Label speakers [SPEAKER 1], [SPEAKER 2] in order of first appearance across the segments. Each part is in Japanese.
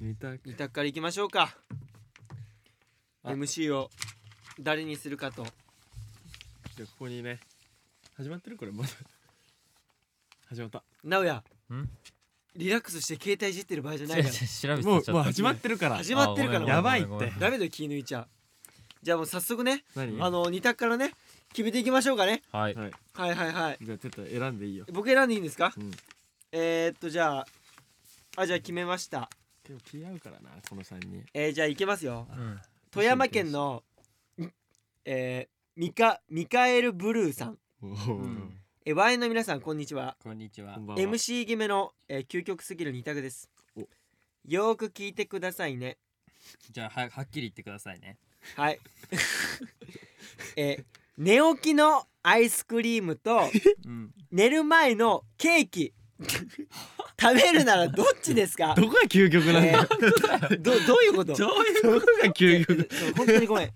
[SPEAKER 1] 二択
[SPEAKER 2] 二択からいきましょうか
[SPEAKER 1] あ
[SPEAKER 2] MC を誰にするかと
[SPEAKER 1] じゃあここにね始まってるこれまだ始まった
[SPEAKER 2] 直哉
[SPEAKER 3] ん
[SPEAKER 2] リラックスして携帯いじってる場合じゃない
[SPEAKER 3] 違う
[SPEAKER 2] か
[SPEAKER 3] 違う 調べて
[SPEAKER 1] も
[SPEAKER 3] た
[SPEAKER 1] う
[SPEAKER 3] ち
[SPEAKER 1] もう
[SPEAKER 3] ょっと
[SPEAKER 1] 始まってるから
[SPEAKER 2] ら始まってるから
[SPEAKER 3] あ
[SPEAKER 1] やばいって
[SPEAKER 3] ごめんごめんごめん
[SPEAKER 2] ダメだよ気抜いちゃうじゃあもう早速ね
[SPEAKER 1] 何
[SPEAKER 2] あの二択からね決めていきましょうかね
[SPEAKER 3] はい
[SPEAKER 1] はい
[SPEAKER 2] はいはいはい
[SPEAKER 1] じゃあちょっと選んでいいよ
[SPEAKER 2] 僕選んでいいんですか
[SPEAKER 1] うん
[SPEAKER 2] えー、っとじゃああじゃあ決めました
[SPEAKER 1] でも気合うからなこの三人
[SPEAKER 2] えー、じゃあいけますよ
[SPEAKER 3] うん
[SPEAKER 2] 富山県のえー、ミカミカエル・ブルーさん
[SPEAKER 1] おお、
[SPEAKER 3] うん
[SPEAKER 2] えー、ワインの皆さんこんにちは
[SPEAKER 3] こんにちは
[SPEAKER 1] こんばんは
[SPEAKER 2] MC 決めの、えー究極すぎる二択です
[SPEAKER 1] お
[SPEAKER 2] よーく聞いてくださいね
[SPEAKER 3] じゃあははっきり言ってくださいね
[SPEAKER 2] はい えー寝起きのアイスクリームと
[SPEAKER 3] うん
[SPEAKER 2] 寝る前のケーキ食べるならどっちですか
[SPEAKER 1] どこが究極なんだ
[SPEAKER 2] え
[SPEAKER 1] よ、
[SPEAKER 2] ーどどういうこと
[SPEAKER 1] どういうことが究極
[SPEAKER 2] そう本当にごめんえ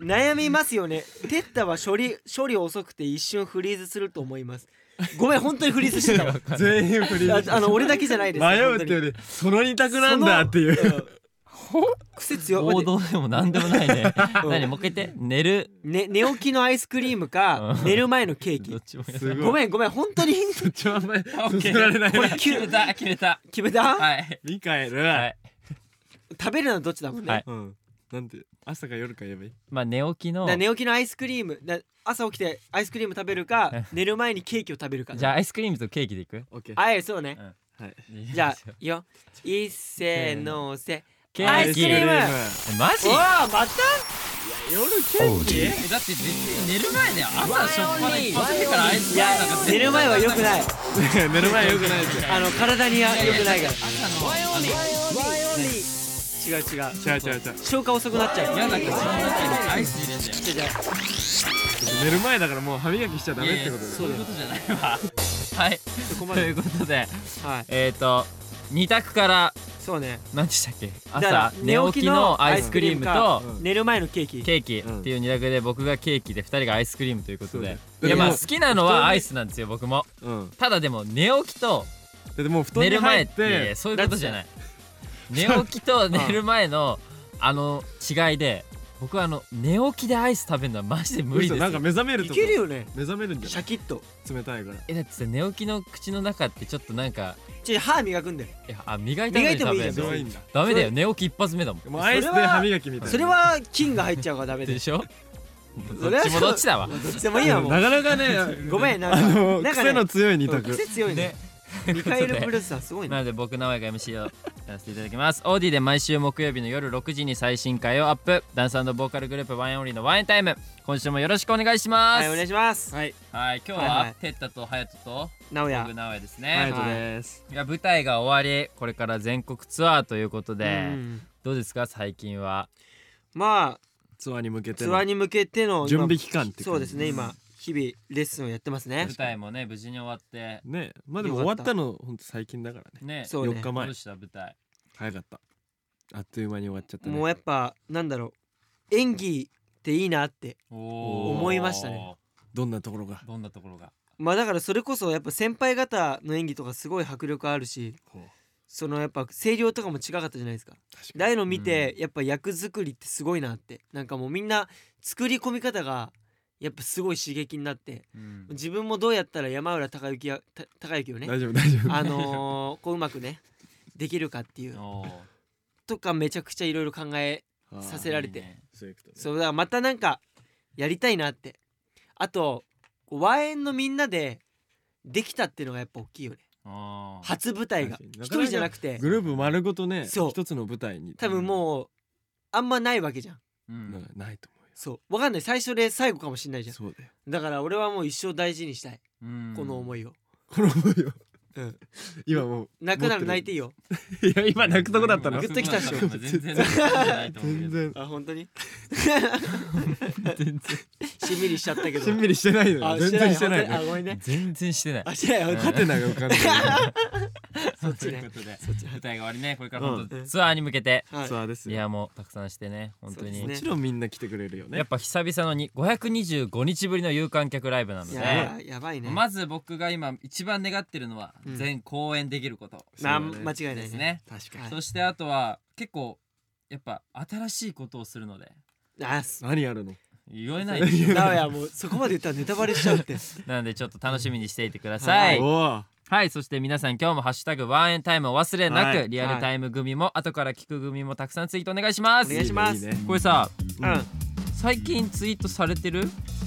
[SPEAKER 2] 悩みますよねテッタは処理処理遅くて一瞬フリーズすると思いますごめん本当にフリーズして たわ
[SPEAKER 1] 全員フリーズ
[SPEAKER 2] ああの俺だけじゃないです
[SPEAKER 1] 迷うってよりその二択なんだっていう
[SPEAKER 2] う、ほ癖強
[SPEAKER 3] 王
[SPEAKER 2] い、
[SPEAKER 3] 道でも何でもないね
[SPEAKER 2] うん
[SPEAKER 3] 何もう一回言って寝る
[SPEAKER 2] ね、寝起きのアイスクリームか
[SPEAKER 3] うん
[SPEAKER 2] 寝る前のケー
[SPEAKER 3] どっ
[SPEAKER 2] キ
[SPEAKER 3] ちも
[SPEAKER 1] すごい
[SPEAKER 2] ごめんごめん本当に
[SPEAKER 1] ちょあんまり
[SPEAKER 3] ー
[SPEAKER 1] 進められない
[SPEAKER 3] これ
[SPEAKER 1] な
[SPEAKER 3] 決めた決めた
[SPEAKER 2] 決めた、
[SPEAKER 3] はい
[SPEAKER 1] ミカエル、
[SPEAKER 3] はい
[SPEAKER 2] 食べるのはどっちだもんね、
[SPEAKER 3] はい
[SPEAKER 1] うんなんで朝か夜かやばい
[SPEAKER 3] まあ寝起き
[SPEAKER 2] だ
[SPEAKER 3] の
[SPEAKER 2] から寝起きのアイスクリームだ朝起きてアイスクリーム食べるか寝る前にケーキを食べるか
[SPEAKER 3] じゃあアイスクリームとケーキでいく
[SPEAKER 1] オッケー
[SPEAKER 2] あえそうね
[SPEAKER 1] はい
[SPEAKER 2] じゃあよいっせーのせ
[SPEAKER 3] ケ
[SPEAKER 2] ア
[SPEAKER 3] ー
[SPEAKER 2] イス
[SPEAKER 3] キ
[SPEAKER 2] クリーム
[SPEAKER 3] マジ
[SPEAKER 2] おーまた
[SPEAKER 1] 夜ケーキ
[SPEAKER 3] だって別に寝る前だよ朝しょっぱない一発目からアイス
[SPEAKER 2] い
[SPEAKER 3] クリ
[SPEAKER 2] や
[SPEAKER 3] ームなんか
[SPEAKER 2] 寝る前は良くない
[SPEAKER 1] 寝る前よくないですよ
[SPEAKER 2] あの体には良くないから
[SPEAKER 3] 朝のあの
[SPEAKER 2] 違う違う
[SPEAKER 1] 違う違う違う
[SPEAKER 2] 消化遅くなっちゃう
[SPEAKER 3] 嫌な感じの中にアイス入れんだよ
[SPEAKER 2] じゃあ
[SPEAKER 1] 寝る前だからもう歯磨きしちゃダメってことです
[SPEAKER 3] そういうことじゃないわはい
[SPEAKER 2] そこま
[SPEAKER 3] と
[SPEAKER 2] で
[SPEAKER 3] いうことで
[SPEAKER 2] はい
[SPEAKER 3] えっ、と二択から
[SPEAKER 2] そうね
[SPEAKER 3] 何でしたっけ
[SPEAKER 2] だから
[SPEAKER 3] 朝寝起きのアイスクリームと
[SPEAKER 1] うん
[SPEAKER 2] 寝る前のケーキ
[SPEAKER 3] ケーキ
[SPEAKER 1] うん
[SPEAKER 3] っていう二択で僕がケーキで二人がアイスクリームということで
[SPEAKER 1] そうだ
[SPEAKER 3] い
[SPEAKER 1] よ
[SPEAKER 3] やまあ
[SPEAKER 1] でも
[SPEAKER 3] 好きなのはアイスなんですよ僕も
[SPEAKER 1] うん
[SPEAKER 3] ただでも寝起きと
[SPEAKER 1] だってもう布団
[SPEAKER 3] 寝
[SPEAKER 1] に
[SPEAKER 3] る
[SPEAKER 1] 入
[SPEAKER 3] 前
[SPEAKER 1] っ
[SPEAKER 3] っていやい
[SPEAKER 1] て
[SPEAKER 3] やそういうことじゃない寝起きと寝る前のあの違いで僕はあの寝起きでアイス食べるのはマジで無理
[SPEAKER 1] 嘘
[SPEAKER 3] です
[SPEAKER 1] なんか
[SPEAKER 3] よ
[SPEAKER 1] 目覚める
[SPEAKER 2] い
[SPEAKER 1] と
[SPEAKER 2] けるよね
[SPEAKER 1] 目覚めるんじ
[SPEAKER 2] シ
[SPEAKER 1] ゃ
[SPEAKER 2] ャキッと
[SPEAKER 1] ない冷たいから
[SPEAKER 3] えだってさ寝起きの口の中ってちょっとなんか
[SPEAKER 2] ちょ歯磨くんだよ
[SPEAKER 3] いやあ磨いた後
[SPEAKER 2] 磨い
[SPEAKER 3] に
[SPEAKER 2] ても
[SPEAKER 3] 食
[SPEAKER 2] いい
[SPEAKER 3] べる
[SPEAKER 2] じゃん
[SPEAKER 3] の
[SPEAKER 1] 強いんだ
[SPEAKER 3] ダメだよ
[SPEAKER 2] そ
[SPEAKER 3] 寝起き一発目だもん
[SPEAKER 1] もうアイスで歯磨きみたいな
[SPEAKER 2] それは菌が入っちゃうからダメだ
[SPEAKER 3] で
[SPEAKER 2] よ
[SPEAKER 3] しょ
[SPEAKER 2] そ
[SPEAKER 3] ど
[SPEAKER 2] れ
[SPEAKER 3] っ
[SPEAKER 2] は
[SPEAKER 3] ちもどっちだわ
[SPEAKER 2] どっちでもいいわも
[SPEAKER 1] な
[SPEAKER 2] う
[SPEAKER 1] かなかね
[SPEAKER 2] ごめんなんか
[SPEAKER 1] あの
[SPEAKER 2] なんか
[SPEAKER 1] 癖
[SPEAKER 2] ね
[SPEAKER 1] の強い二
[SPEAKER 2] うん
[SPEAKER 1] 択
[SPEAKER 2] 癖強いね ミカエル・ブルースさんすごい
[SPEAKER 3] な
[SPEAKER 2] ね
[SPEAKER 3] ので僕名前が MC をやらせていただきますオーディで毎週木曜日の夜6時に最新回をアップダンスボーカルグループワンエンオンリーのワンエンタイム今週もよろしくお願いしま
[SPEAKER 2] は
[SPEAKER 3] す
[SPEAKER 2] いお
[SPEAKER 3] は
[SPEAKER 2] 願い
[SPEAKER 3] い
[SPEAKER 2] します
[SPEAKER 3] 今日は、
[SPEAKER 2] はいはい
[SPEAKER 3] テッタとハヤトと
[SPEAKER 2] 直哉
[SPEAKER 3] 僕名前です
[SPEAKER 1] あり
[SPEAKER 3] ね、
[SPEAKER 1] がとうです
[SPEAKER 3] い、や舞台が終わりこれから全国ツアーということで、
[SPEAKER 2] うん
[SPEAKER 3] どうですか最近は
[SPEAKER 2] まあ
[SPEAKER 1] ツアーに向けての
[SPEAKER 2] ツアーに向けての今
[SPEAKER 1] 準備期間って感じ
[SPEAKER 2] そうですね今日々レッスンをやってますね
[SPEAKER 3] 舞台もね無事に終わって
[SPEAKER 1] ねまあでも終わったのほんと最近だからね
[SPEAKER 3] ね
[SPEAKER 2] そうね
[SPEAKER 1] 4日
[SPEAKER 3] どう
[SPEAKER 1] 前
[SPEAKER 3] でした舞台
[SPEAKER 1] 早かったあっという間に終わっちゃったね
[SPEAKER 2] もうやっぱなんだろう演技っていいなって
[SPEAKER 3] おー
[SPEAKER 2] 思いましたね
[SPEAKER 1] どんなところが
[SPEAKER 3] どんなところが
[SPEAKER 2] まあだからそれこそやっぱ先輩方の演技とかすごい迫力あるしそのやっぱ声量とかも違かったじゃないですか。
[SPEAKER 1] 確か
[SPEAKER 2] だあいうの見てやっぱ役作りってすごいなってなんかもうみんな作り込み方がやっぱすごい刺激になって
[SPEAKER 3] うん
[SPEAKER 2] 自分もどうやったら山浦孝之やた孝之を
[SPEAKER 1] に
[SPEAKER 2] ね
[SPEAKER 1] 大丈夫大丈夫
[SPEAKER 2] あのーこううまくねできるかっていう
[SPEAKER 3] おー
[SPEAKER 2] とかめちゃくちゃいろいろ考え
[SPEAKER 1] あー
[SPEAKER 2] させられて
[SPEAKER 3] いいね
[SPEAKER 1] そういうことね
[SPEAKER 2] そうだからまたなんかやりたいなってあとこう和園のみんなでできたっていうのがやっぱ大きいよね
[SPEAKER 3] あー
[SPEAKER 2] 初舞台が
[SPEAKER 1] 確かに
[SPEAKER 2] 一人じゃなくて
[SPEAKER 1] グループ丸ごとね
[SPEAKER 2] そう
[SPEAKER 1] 一つの舞台に
[SPEAKER 2] 多分もうあんまないわけじゃん
[SPEAKER 3] う
[SPEAKER 1] うんんなないと思うよ
[SPEAKER 2] そうわかんない最初で最後かもしんないじゃん
[SPEAKER 1] そうだよ
[SPEAKER 2] だから俺はもう一生大事にしたい
[SPEAKER 3] うん
[SPEAKER 2] この思いを、
[SPEAKER 1] この思いを
[SPEAKER 2] うん、
[SPEAKER 1] 今もう
[SPEAKER 2] 泣くなら泣いていい
[SPEAKER 1] よ
[SPEAKER 2] よ
[SPEAKER 1] いや今泣くとこだったの
[SPEAKER 2] グッときたっしょ
[SPEAKER 3] 全然泣くとこじゃないと思うけ
[SPEAKER 1] 全
[SPEAKER 3] ど
[SPEAKER 1] 然
[SPEAKER 2] あ本当 に
[SPEAKER 3] 全然
[SPEAKER 2] しんみりしちゃったけど
[SPEAKER 1] しんみりしてないの
[SPEAKER 2] あ
[SPEAKER 1] よ全然してない
[SPEAKER 2] 本当に
[SPEAKER 1] の
[SPEAKER 2] あごめんね
[SPEAKER 3] 全然してない
[SPEAKER 2] あしてない本当
[SPEAKER 1] ハ
[SPEAKER 2] に
[SPEAKER 1] テナが浮かんでる
[SPEAKER 2] そっ
[SPEAKER 3] と
[SPEAKER 2] ち
[SPEAKER 3] いう
[SPEAKER 2] ね
[SPEAKER 3] ことで
[SPEAKER 2] そっち
[SPEAKER 3] 舞
[SPEAKER 2] ね
[SPEAKER 3] 台が終わりねこれから
[SPEAKER 1] うん
[SPEAKER 3] 本当ツアーに向けて
[SPEAKER 2] はい
[SPEAKER 1] ツアーです
[SPEAKER 3] リ
[SPEAKER 1] よ
[SPEAKER 3] ハもたくさんしてね本当
[SPEAKER 2] そうです
[SPEAKER 3] に
[SPEAKER 1] も
[SPEAKER 2] ね
[SPEAKER 1] ちろんみんな来てくれるよ
[SPEAKER 3] や
[SPEAKER 1] ね
[SPEAKER 3] っぱ久々のに525日ぶりの有観客ライブな
[SPEAKER 2] い
[SPEAKER 3] ので
[SPEAKER 2] やーやばいね
[SPEAKER 3] まず僕が今一番願ってるのは
[SPEAKER 2] うん
[SPEAKER 3] 全公演できること
[SPEAKER 2] な
[SPEAKER 1] そうだね
[SPEAKER 2] 間違いな
[SPEAKER 3] で
[SPEAKER 2] い
[SPEAKER 3] す
[SPEAKER 2] ね
[SPEAKER 3] ね
[SPEAKER 1] 確
[SPEAKER 2] はい
[SPEAKER 3] そしてあとは結構やっぱ新しいことをするので
[SPEAKER 2] あす
[SPEAKER 1] 何やるの
[SPEAKER 3] 言えないでしょ
[SPEAKER 2] だやもうそこまで言ったらネタバレしちゃうって
[SPEAKER 3] なのでちょっと楽しみにしていてくだ
[SPEAKER 2] は
[SPEAKER 3] さい
[SPEAKER 1] おお
[SPEAKER 3] はいそして皆さん今日も「ハッシュタグワンエンタイム」お忘れなく、
[SPEAKER 1] はい
[SPEAKER 3] リアルタイム組も後から聞く組もたくさんツイートお願いします
[SPEAKER 2] お願いします
[SPEAKER 1] ねいいね
[SPEAKER 3] これさ
[SPEAKER 2] うんはい
[SPEAKER 3] 最近ツイートされてる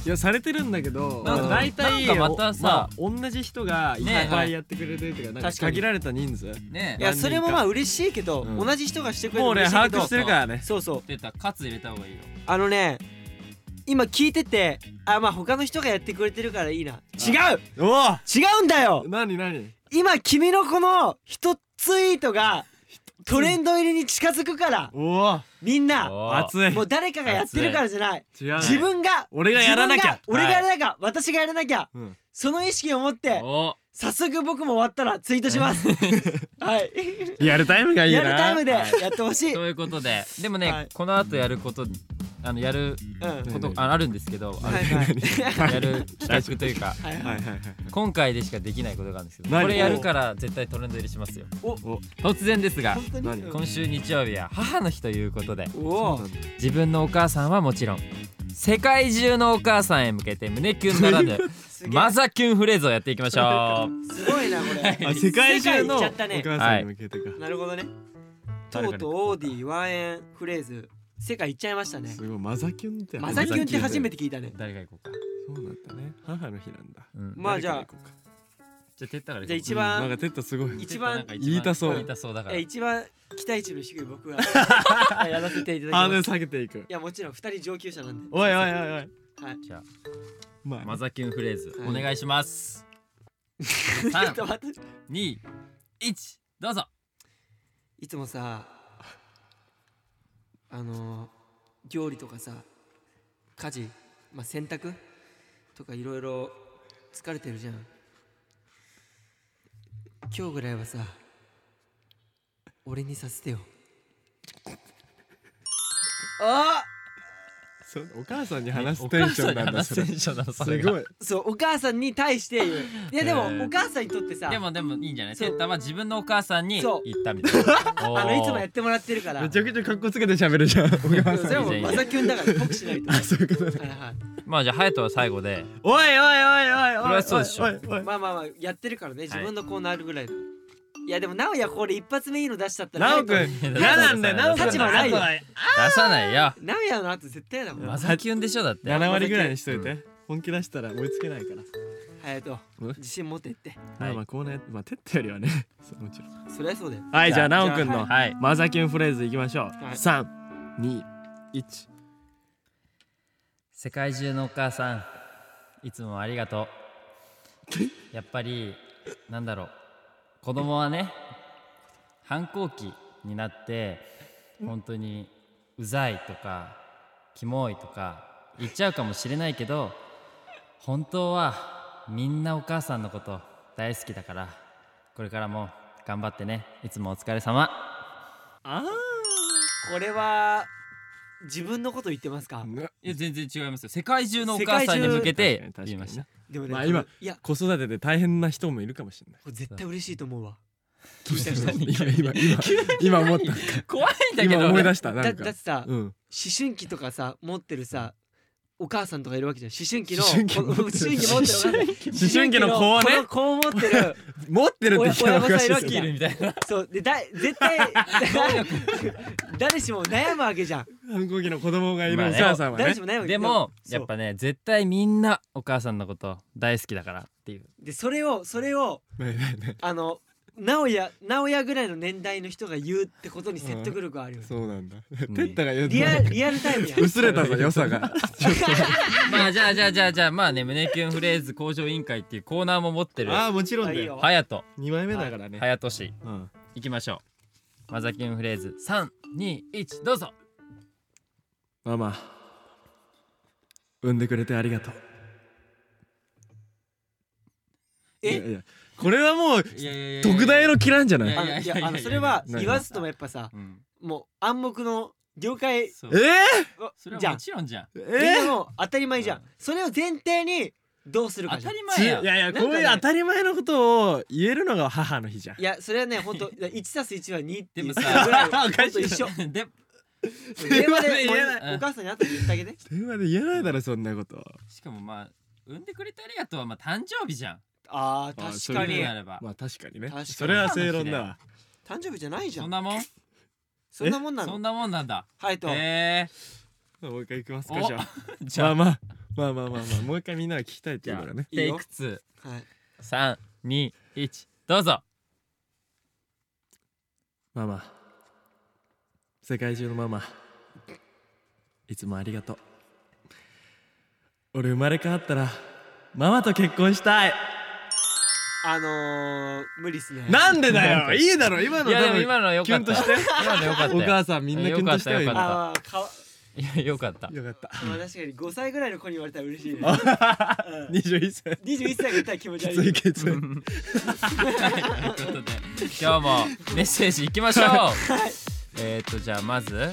[SPEAKER 1] いやされてるんだけど
[SPEAKER 3] なんか
[SPEAKER 1] 大体
[SPEAKER 3] なんかまたさ
[SPEAKER 1] おまあ同じ人がいっぱいやってくれてるっていうかなんか
[SPEAKER 2] 確かに
[SPEAKER 1] 限られた人数
[SPEAKER 3] ね
[SPEAKER 2] い
[SPEAKER 3] え
[SPEAKER 2] やそれもまあ嬉しいけど、
[SPEAKER 1] うん
[SPEAKER 2] 同じ人がしてくれる
[SPEAKER 1] もう俺
[SPEAKER 2] の嬉しい
[SPEAKER 1] 把
[SPEAKER 2] け
[SPEAKER 1] 握
[SPEAKER 2] ど
[SPEAKER 1] してるからね
[SPEAKER 2] そうそう
[SPEAKER 3] 出たカツ入れた方がいいよ
[SPEAKER 2] あのね今聞いててあまあ他の人がやってくれてるからいいな違う
[SPEAKER 1] お
[SPEAKER 2] 違うんだよ
[SPEAKER 1] お何何
[SPEAKER 2] 今君のこの一ツイートがトレンド入りに近づくから
[SPEAKER 1] お
[SPEAKER 2] みんな
[SPEAKER 1] お熱い
[SPEAKER 2] もう誰かがやってるからじゃない
[SPEAKER 1] 違うね
[SPEAKER 2] 自分が
[SPEAKER 1] 俺がやらなきゃ
[SPEAKER 2] 自分が俺がやらなきゃ、私がやらなきゃ
[SPEAKER 1] うん
[SPEAKER 2] その意識を持って
[SPEAKER 3] お
[SPEAKER 2] 早速僕も終わったらツイートしますはい
[SPEAKER 1] リアルタイムがいい
[SPEAKER 2] リ
[SPEAKER 1] な
[SPEAKER 2] アルタイムでやってほしい、
[SPEAKER 3] ということででもね、
[SPEAKER 2] はい
[SPEAKER 3] この後やることあのやる
[SPEAKER 2] うん、はい
[SPEAKER 3] こと
[SPEAKER 1] 何
[SPEAKER 3] ああるんですけど、あ
[SPEAKER 2] はい
[SPEAKER 3] のや る企画というか
[SPEAKER 2] はい
[SPEAKER 1] はいはいはい
[SPEAKER 3] 今回でしかできないことがあるんですけど
[SPEAKER 1] 何
[SPEAKER 3] これやるから絶対トレンド入りしますよ
[SPEAKER 2] お
[SPEAKER 1] お
[SPEAKER 3] 突然ですが
[SPEAKER 2] 本当に
[SPEAKER 1] 何
[SPEAKER 3] 今週日曜日は母の日ということで
[SPEAKER 2] お
[SPEAKER 1] そ
[SPEAKER 2] お
[SPEAKER 1] うなんだ
[SPEAKER 3] 自分のお母さんはもちろん世界中のお母さんへ向けて胸キュンならぬ
[SPEAKER 2] すげえ
[SPEAKER 3] マザキュンフレーズをやっていきまし ょう
[SPEAKER 2] すごいなこれ
[SPEAKER 1] あ世界中のお
[SPEAKER 2] 世界行っちゃったね
[SPEAKER 1] 母さんに向けてか
[SPEAKER 2] なるほどねと
[SPEAKER 3] 誰か
[SPEAKER 2] う
[SPEAKER 3] ら
[SPEAKER 2] とうオーディワンエンフレーズ世界行っちゃいましたね
[SPEAKER 1] すごいマザキュンって
[SPEAKER 2] マザキュンって初めて聞いたね
[SPEAKER 3] 誰が行こうか、
[SPEAKER 1] そうなんだね母の日なんだ
[SPEAKER 3] うん、
[SPEAKER 2] まあじゃあ
[SPEAKER 1] 誰から行こうか
[SPEAKER 3] じゃあテッタから行こう
[SPEAKER 2] じゃあ一
[SPEAKER 1] なん
[SPEAKER 2] 番
[SPEAKER 1] かテッドすごい
[SPEAKER 2] 一番
[SPEAKER 3] テッタなんか
[SPEAKER 1] 言いたそう
[SPEAKER 3] 言いたそうだから
[SPEAKER 2] え一番期待値の低い僕がやらせていただき
[SPEAKER 1] ハード
[SPEAKER 2] ま
[SPEAKER 1] ル
[SPEAKER 2] す
[SPEAKER 1] 下げていく
[SPEAKER 2] いやもちろん二人上級者なんで
[SPEAKER 1] おいおいおいおい
[SPEAKER 2] はい
[SPEAKER 3] じゃあ
[SPEAKER 1] まあ
[SPEAKER 3] マザキュンフレーズ
[SPEAKER 2] はい
[SPEAKER 3] お願いします、
[SPEAKER 2] ちょっと
[SPEAKER 3] 321
[SPEAKER 2] 待って
[SPEAKER 3] どうぞ
[SPEAKER 2] いつもさあの料理とかさ家事、まあ、洗濯とかいろいろ疲れてるじゃん今日ぐらいはさ俺にさせてよあ
[SPEAKER 1] そうお母さんに話すテンションなんだ
[SPEAKER 3] 話
[SPEAKER 1] そ
[SPEAKER 3] す
[SPEAKER 1] れ
[SPEAKER 3] テンションなのそ
[SPEAKER 1] す
[SPEAKER 3] れが
[SPEAKER 1] ごい
[SPEAKER 2] そうお母さんに対して言ういやで
[SPEAKER 1] へ
[SPEAKER 2] も
[SPEAKER 1] ー
[SPEAKER 2] お母さんにとってさ
[SPEAKER 3] でもでもいいんじゃない
[SPEAKER 2] そ
[SPEAKER 3] セ
[SPEAKER 2] う
[SPEAKER 3] ッタは自分のお母さんに言
[SPEAKER 2] そう
[SPEAKER 3] ったみたいな
[SPEAKER 2] あのいつもや
[SPEAKER 3] や
[SPEAKER 2] ってもらってるから
[SPEAKER 1] めちゃくちゃ格好つけて喋るじゃんお母
[SPEAKER 2] そ
[SPEAKER 1] さん
[SPEAKER 2] れはもう
[SPEAKER 3] いいじゃ
[SPEAKER 2] マ
[SPEAKER 3] んいいじゃん
[SPEAKER 2] ザキュンだから僕しな いと
[SPEAKER 1] あそういうことね
[SPEAKER 2] はいはい
[SPEAKER 3] まあじゃあ隼人は最後で
[SPEAKER 1] おいおいおいおいおい
[SPEAKER 3] それはそうでしょ
[SPEAKER 1] おいおい
[SPEAKER 2] まあまあまあやってるからね自分のコーナーあるぐらいの、い、やでも直哉これ一発目いいの出しちゃったら
[SPEAKER 1] なおくん
[SPEAKER 3] いや
[SPEAKER 1] 嫌なんだよなおくん
[SPEAKER 2] 立場ないよ
[SPEAKER 3] 出さないよ
[SPEAKER 2] 直哉の後絶対やだもん
[SPEAKER 3] マザキュンでしょだって
[SPEAKER 1] 7割ぐらいにしといて、本気出したら追いつけないから、
[SPEAKER 2] 隼人
[SPEAKER 1] うん
[SPEAKER 2] 自信持ってって
[SPEAKER 1] まあまあこうねまあテッドよりはね そうもちろん
[SPEAKER 2] そりゃそうだよ
[SPEAKER 1] はい
[SPEAKER 3] じ
[SPEAKER 1] じ
[SPEAKER 3] ゃ
[SPEAKER 1] ゃ
[SPEAKER 3] あ
[SPEAKER 1] あなおくんの、
[SPEAKER 3] はい
[SPEAKER 1] マザキュンフレーズいきましょう、
[SPEAKER 2] はい
[SPEAKER 1] 321
[SPEAKER 3] 世界中のお母さんいつもありがとうやっぱりなんだろう子供はね反抗期になって本当にうざいとかキモいとか言っちゃうかもしれないけど本当はみんなお母さんのこと大好きだからこれからも頑張ってねいつもお疲れ様
[SPEAKER 1] あ
[SPEAKER 2] これは自分のこと言ってますか
[SPEAKER 1] あ
[SPEAKER 3] いや全然違いますよ世界中
[SPEAKER 2] のお母さんに向け
[SPEAKER 1] て言いました
[SPEAKER 2] でもね、
[SPEAKER 1] まあ今
[SPEAKER 2] いやこ
[SPEAKER 1] 子育てで大変な人もいるかもしれない
[SPEAKER 2] れ絶対嬉しいと思うわ
[SPEAKER 1] どうしたの今今今今思った
[SPEAKER 3] 怖いんだけ
[SPEAKER 1] 今
[SPEAKER 3] ど
[SPEAKER 1] 思い出したな
[SPEAKER 2] だ
[SPEAKER 1] ん
[SPEAKER 2] だ
[SPEAKER 1] か
[SPEAKER 2] ってさ、思
[SPEAKER 1] うん
[SPEAKER 2] 春期とかさ持ってるさお母さんとかいるわけじゃん思春期の
[SPEAKER 1] 思春期持ってる
[SPEAKER 2] こ思春期持ってるお母さん
[SPEAKER 1] 思春期の子をね
[SPEAKER 2] この子を持ってる
[SPEAKER 1] 持ってるって言ったらおかしいで
[SPEAKER 2] 親
[SPEAKER 1] す
[SPEAKER 2] 御さんいるわけ
[SPEAKER 1] よ
[SPEAKER 2] だ
[SPEAKER 3] みたいな
[SPEAKER 2] そうでだ 絶対 誰しも悩むわけじゃん
[SPEAKER 1] 反抗期の子供がいる
[SPEAKER 3] まあ
[SPEAKER 1] お
[SPEAKER 3] ね
[SPEAKER 1] 母さんは
[SPEAKER 2] 誰
[SPEAKER 1] ね
[SPEAKER 2] しも悩むわけ
[SPEAKER 3] でも
[SPEAKER 2] そう
[SPEAKER 3] やっぱね絶対みんなお母さんのこと大好きだからっ ていう
[SPEAKER 2] でそれをそれを
[SPEAKER 1] ねねね
[SPEAKER 2] あの直哉直哉ぐらいの年代の人が言うってことに説得力はあるよね、
[SPEAKER 1] そうなんだ
[SPEAKER 3] ん
[SPEAKER 1] テッタが言うと
[SPEAKER 2] リアリアルタイムやん
[SPEAKER 1] 薄れたぞ良さが
[SPEAKER 3] まあじゃあじゃあじゃあじゃあまあね胸キュンフレーズ向上委員会っていうコーナーも持ってる
[SPEAKER 1] ああもちろんだ
[SPEAKER 2] いいよ
[SPEAKER 1] よ
[SPEAKER 3] 隼人
[SPEAKER 1] 2枚目だからね
[SPEAKER 3] 隼人氏
[SPEAKER 1] うん
[SPEAKER 3] いきましょうマザキュンフレーズ321どうぞ
[SPEAKER 1] ママ産んでくれてありがとうい
[SPEAKER 2] え
[SPEAKER 1] やいやこれはもう
[SPEAKER 3] いやいやいや
[SPEAKER 1] 特大のキラんじゃない
[SPEAKER 3] いや
[SPEAKER 2] あ
[SPEAKER 3] いや
[SPEAKER 2] の
[SPEAKER 3] い
[SPEAKER 2] い
[SPEAKER 3] や
[SPEAKER 2] や
[SPEAKER 3] いや
[SPEAKER 2] あのそれは
[SPEAKER 1] ない
[SPEAKER 2] 言わずともやっぱさ
[SPEAKER 3] うん
[SPEAKER 2] もう暗黙の了解
[SPEAKER 3] そう
[SPEAKER 1] え
[SPEAKER 3] それ
[SPEAKER 2] じゃ
[SPEAKER 3] はも
[SPEAKER 2] ん
[SPEAKER 3] ちろんじゃん
[SPEAKER 1] え
[SPEAKER 2] みんな
[SPEAKER 1] え
[SPEAKER 2] もう当たり前じゃ
[SPEAKER 3] うん
[SPEAKER 2] んそれを前提にどうするか
[SPEAKER 3] 当
[SPEAKER 2] じゃ
[SPEAKER 3] た
[SPEAKER 2] ん
[SPEAKER 3] り
[SPEAKER 1] ちい
[SPEAKER 3] 前や
[SPEAKER 1] やいや
[SPEAKER 2] なんか
[SPEAKER 1] こ
[SPEAKER 2] ね
[SPEAKER 1] ういう当たり前のことを言えるのが母の日じゃん
[SPEAKER 2] いやそれはねほんと1たす1は2っていう
[SPEAKER 3] でもさ
[SPEAKER 2] ぐ らい
[SPEAKER 1] おかしい
[SPEAKER 2] ほんと一緒
[SPEAKER 3] で
[SPEAKER 2] 電話で
[SPEAKER 1] 言えない
[SPEAKER 2] もうお母さんに会って言ってあげて
[SPEAKER 1] 電話で言えないだろそんなこと
[SPEAKER 3] しかもまあ産んでくれてありがとうはまあ誕生日じゃん
[SPEAKER 2] あ
[SPEAKER 1] あ
[SPEAKER 2] ー
[SPEAKER 1] そ
[SPEAKER 2] 確
[SPEAKER 1] れ
[SPEAKER 2] か
[SPEAKER 3] 言う
[SPEAKER 2] に
[SPEAKER 3] なれば
[SPEAKER 1] まあ確かにね
[SPEAKER 2] 確かに
[SPEAKER 1] それは正論だわ
[SPEAKER 2] 誕生日じゃないじゃ
[SPEAKER 3] そん
[SPEAKER 2] ん
[SPEAKER 3] なもん
[SPEAKER 2] そんなもんな
[SPEAKER 3] そん
[SPEAKER 2] の
[SPEAKER 3] なもんなんだ
[SPEAKER 2] ハ人
[SPEAKER 3] へえ
[SPEAKER 1] もう一回行きますか
[SPEAKER 3] お
[SPEAKER 1] じゃあ
[SPEAKER 3] じ
[SPEAKER 1] ま
[SPEAKER 3] ゃ
[SPEAKER 1] あ
[SPEAKER 3] あ
[SPEAKER 1] まあまあまあまあまあもう一回みんなが聞きたいっていうからね
[SPEAKER 2] いい
[SPEAKER 3] テイ
[SPEAKER 2] よ
[SPEAKER 3] ク2
[SPEAKER 2] はい
[SPEAKER 3] 三二一どうぞ
[SPEAKER 1] ママ世界中のママいつもありがとう俺生まれ変わったらママと結婚したい
[SPEAKER 2] あのー無理っすね
[SPEAKER 1] なんでだよいいだろ今の
[SPEAKER 3] いやで
[SPEAKER 1] 多
[SPEAKER 3] も
[SPEAKER 1] 分
[SPEAKER 3] 今のは良かった
[SPEAKER 1] キュンとして
[SPEAKER 3] 今のは良かった
[SPEAKER 1] お
[SPEAKER 3] よ
[SPEAKER 1] 母さんみんなキュンとしたよ
[SPEAKER 3] よか
[SPEAKER 1] 今
[SPEAKER 2] あ
[SPEAKER 3] っ
[SPEAKER 2] ーかわ
[SPEAKER 3] いや良かった
[SPEAKER 1] よかった
[SPEAKER 2] あー確かに5歳ぐらいの子に言われたら嬉しいね
[SPEAKER 1] 21歳
[SPEAKER 2] 21歳がいたら気持ち
[SPEAKER 1] き
[SPEAKER 2] 悪
[SPEAKER 1] つい
[SPEAKER 2] い
[SPEAKER 1] きつい
[SPEAKER 3] ということで今日もメッセージいきましょう、えっとじゃあまず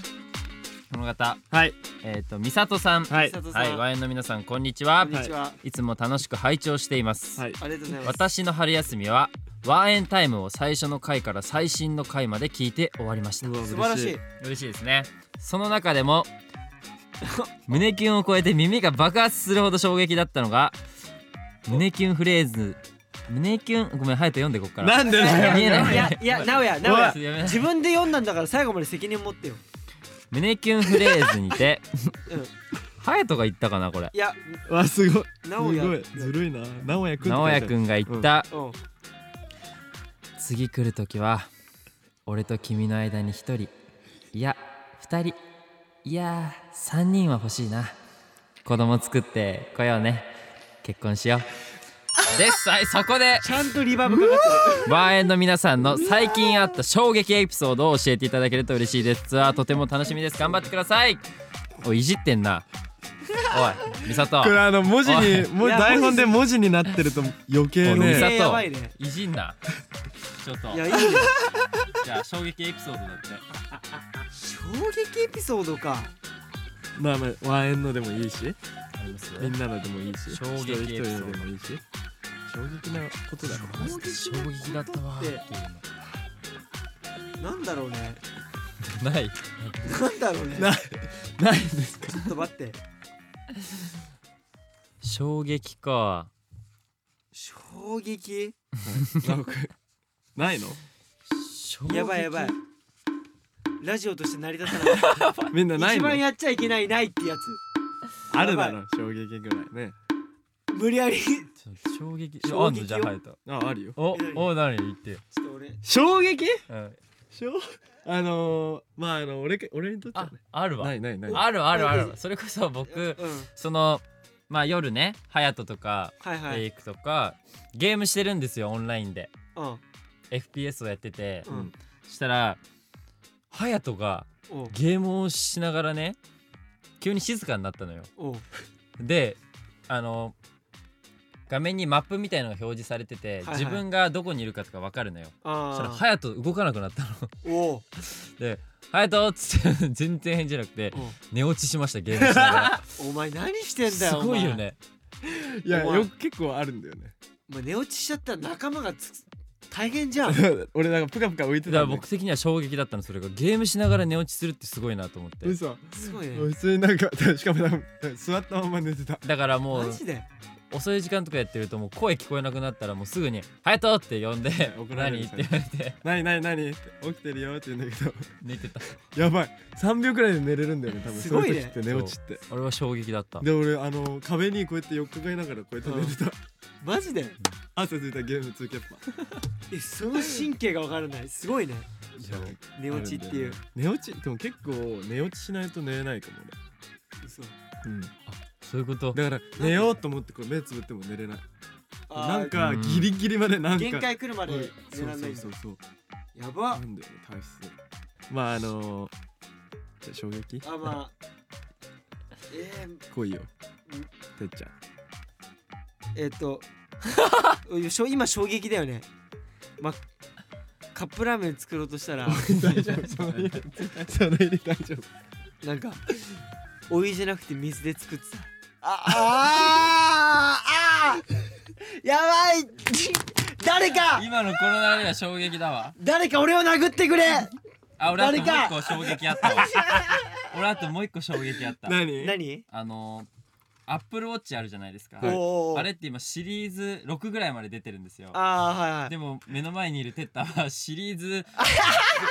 [SPEAKER 3] この方
[SPEAKER 1] はい
[SPEAKER 3] えっ、とみさとさん
[SPEAKER 1] はい
[SPEAKER 2] 佐藤さ
[SPEAKER 3] はい
[SPEAKER 2] ん
[SPEAKER 3] ワインの皆さんこんにちは
[SPEAKER 2] こんにちは、
[SPEAKER 3] いつも楽しく拝聴しています、
[SPEAKER 1] はい
[SPEAKER 2] ありがとうございます
[SPEAKER 3] 私の春休みはワンエンタイムを最初の回から最新の回まで聞いて終わりました
[SPEAKER 1] うわ
[SPEAKER 2] 素晴らしい
[SPEAKER 3] 嬉しいですねその中でも胸キュンを超えて耳が爆発するほど衝撃だったのが胸キュンフレーズ胸キュンごめん隼人読んでこっから
[SPEAKER 1] なんでだよ
[SPEAKER 3] 見えない
[SPEAKER 2] いやいや直哉直哉
[SPEAKER 3] やめな
[SPEAKER 2] 自分で読んだんだから最後まで責任持ってよ
[SPEAKER 3] 胸キュンフレーズにて
[SPEAKER 2] うん
[SPEAKER 3] 隼人が言ったかなこれ
[SPEAKER 2] いや
[SPEAKER 1] わすごいす
[SPEAKER 2] 直
[SPEAKER 1] ご
[SPEAKER 2] 哉
[SPEAKER 1] いずるいな直哉くん
[SPEAKER 3] 直哉く
[SPEAKER 1] ん
[SPEAKER 3] んが言った、
[SPEAKER 2] うん
[SPEAKER 3] 次来る時は俺と君の間に1人いや2人いや3人は欲しいな子供作ってこようね結婚しようですはいそこで
[SPEAKER 2] ちゃんとリバーブかかってる
[SPEAKER 3] バーエンの皆さんの最近あった衝撃エピソードを教えていただけると嬉しいですツアーとても楽しみです頑張ってくださいおいいじってんなおい美里
[SPEAKER 1] これあの文字
[SPEAKER 3] お
[SPEAKER 1] に
[SPEAKER 3] い
[SPEAKER 1] もう
[SPEAKER 2] いや
[SPEAKER 1] 台本で文字になってると余計
[SPEAKER 3] おい美
[SPEAKER 1] ね
[SPEAKER 2] さ
[SPEAKER 3] 里
[SPEAKER 2] やばいね
[SPEAKER 3] いじんなちょっと
[SPEAKER 2] いやいいね
[SPEAKER 3] じゃあ衝撃エピソードだって
[SPEAKER 2] 衝撃エピソードか
[SPEAKER 1] まあまあワンエンのでもいいし
[SPEAKER 3] あります
[SPEAKER 1] みんなのでもいいし
[SPEAKER 3] 衝
[SPEAKER 1] 一
[SPEAKER 3] 撃
[SPEAKER 1] 人一
[SPEAKER 3] エピソー
[SPEAKER 1] 人
[SPEAKER 3] ド
[SPEAKER 1] のでもいいし衝撃なことだろう
[SPEAKER 2] 衝撃
[SPEAKER 3] 衝撃だったわ
[SPEAKER 2] なんだろうね
[SPEAKER 3] ない
[SPEAKER 2] なんだろうね
[SPEAKER 1] なないんですか
[SPEAKER 2] ちょっと待って
[SPEAKER 3] 衝撃か
[SPEAKER 2] 衝撃
[SPEAKER 1] なおくんないの
[SPEAKER 2] やばいやばいラジオとして成り立たない
[SPEAKER 1] みん なない
[SPEAKER 2] 一
[SPEAKER 1] の
[SPEAKER 2] 番やっちゃいけないないってやつ
[SPEAKER 1] あるだろ衝撃ぐらいね
[SPEAKER 2] 無理やりち
[SPEAKER 3] ちょっと衝撃
[SPEAKER 2] 衝撃よ
[SPEAKER 3] あんのじゃあ隼人
[SPEAKER 1] ああるよ
[SPEAKER 3] おお何言って、
[SPEAKER 2] ょっと俺
[SPEAKER 1] 衝撃
[SPEAKER 3] うん、
[SPEAKER 1] 衝あのー、まああの俺か俺にとっては
[SPEAKER 3] あ
[SPEAKER 1] ね
[SPEAKER 3] あるわ
[SPEAKER 1] ないないない
[SPEAKER 3] あるあるあるそれこそ僕
[SPEAKER 2] うん
[SPEAKER 3] そのまあ夜ね隼人とか
[SPEAKER 2] はいはい、
[SPEAKER 3] レイクとかゲームしてるんですよオンラインで
[SPEAKER 2] うん
[SPEAKER 3] FPS をやってて
[SPEAKER 2] うん
[SPEAKER 1] うん
[SPEAKER 3] したら隼人が
[SPEAKER 2] おう
[SPEAKER 3] ゲームをしながらね急に静かになったのよ
[SPEAKER 2] おう
[SPEAKER 3] であの画面にマップみたいのが表示されてて、
[SPEAKER 2] いはい
[SPEAKER 3] 自分がどこにいるかとか分かるのよそしたら
[SPEAKER 2] ああ
[SPEAKER 3] 隼人動かなくなったの
[SPEAKER 2] おう
[SPEAKER 3] で「隼人」っつって全然返事なくて
[SPEAKER 2] おう
[SPEAKER 3] 寝落ちしましたゲームしなが ら
[SPEAKER 2] お前何してんだ
[SPEAKER 3] す
[SPEAKER 2] よお
[SPEAKER 3] ご
[SPEAKER 2] 前
[SPEAKER 3] いよね
[SPEAKER 1] いや
[SPEAKER 2] お前
[SPEAKER 1] よく結構あるんだよね
[SPEAKER 2] お前寝落ちしちゃったら仲間がつ大変じゃん
[SPEAKER 1] 俺なんかプカプカ浮いてた
[SPEAKER 3] だから
[SPEAKER 1] んだよ
[SPEAKER 3] 僕的には衝撃だったのそれがゲームしながら寝落ちするってすごいなと思って
[SPEAKER 1] 嘘
[SPEAKER 2] すごいね
[SPEAKER 1] 普通になんかしかもなんか座ったまま寝てた
[SPEAKER 3] だからも
[SPEAKER 2] マ
[SPEAKER 3] う
[SPEAKER 2] ジで
[SPEAKER 3] 遅い時間とかやってるともう声聞こえなくなったらもうすぐに「隼人!」って呼んで「
[SPEAKER 1] 怒られる
[SPEAKER 3] 何?」って言われて
[SPEAKER 1] 何何何って起きてるよって言うんだけど
[SPEAKER 3] 寝てた
[SPEAKER 1] やばい3秒くらいで寝れるんだよね多分
[SPEAKER 2] すごい
[SPEAKER 1] そうい
[SPEAKER 2] ね
[SPEAKER 1] う時って寝落ちって
[SPEAKER 3] 俺は衝撃だった
[SPEAKER 1] で俺あの壁にこうやってよっかかりながらこうやって寝てた
[SPEAKER 2] マジで
[SPEAKER 1] 汗ついたゲーム2キャッパ
[SPEAKER 2] えその神経がわからないすごいね
[SPEAKER 3] そう
[SPEAKER 2] 寝落ちっていう
[SPEAKER 1] 寝落ちでも結構寝落ちしないと寝れないかも
[SPEAKER 2] 嘘
[SPEAKER 1] 俺、
[SPEAKER 3] そういうこと
[SPEAKER 1] だから寝ようと思ってこう目つぶっても寝れない
[SPEAKER 2] あー
[SPEAKER 1] なんか
[SPEAKER 3] うん
[SPEAKER 1] ギリギリまでなんか
[SPEAKER 2] 限界来るま
[SPEAKER 1] ま
[SPEAKER 2] で寝らんないんだ
[SPEAKER 1] そうそうそうそう
[SPEAKER 2] や
[SPEAKER 1] な
[SPEAKER 2] ば
[SPEAKER 1] んだよね体質まああのー、じゃあ衝撃
[SPEAKER 2] あまあえー
[SPEAKER 1] 来いよてっちゃん
[SPEAKER 2] えっと しょ今衝撃だよねまカップラーメン作ろうと したら
[SPEAKER 1] 大丈夫その入り その入り大丈夫
[SPEAKER 2] なんかお湯じゃなくて水で作ってたああーあーやばい 誰か
[SPEAKER 3] 今のこの流れは衝撃だわ
[SPEAKER 2] 誰か俺を殴ってくれ
[SPEAKER 3] あ俺あとも
[SPEAKER 2] 誰
[SPEAKER 3] う一
[SPEAKER 2] か
[SPEAKER 3] 個衝撃あっ たわ俺あともう一個衝撃あった
[SPEAKER 1] 何
[SPEAKER 2] 何
[SPEAKER 3] あのアップルウォッチあるじゃないですか
[SPEAKER 1] はい
[SPEAKER 2] おーおー
[SPEAKER 3] あれって今シリーズ6ぐらいまで出てるんですよ
[SPEAKER 2] あーはいはい
[SPEAKER 3] でも目の前にいるテッタはシリー ズ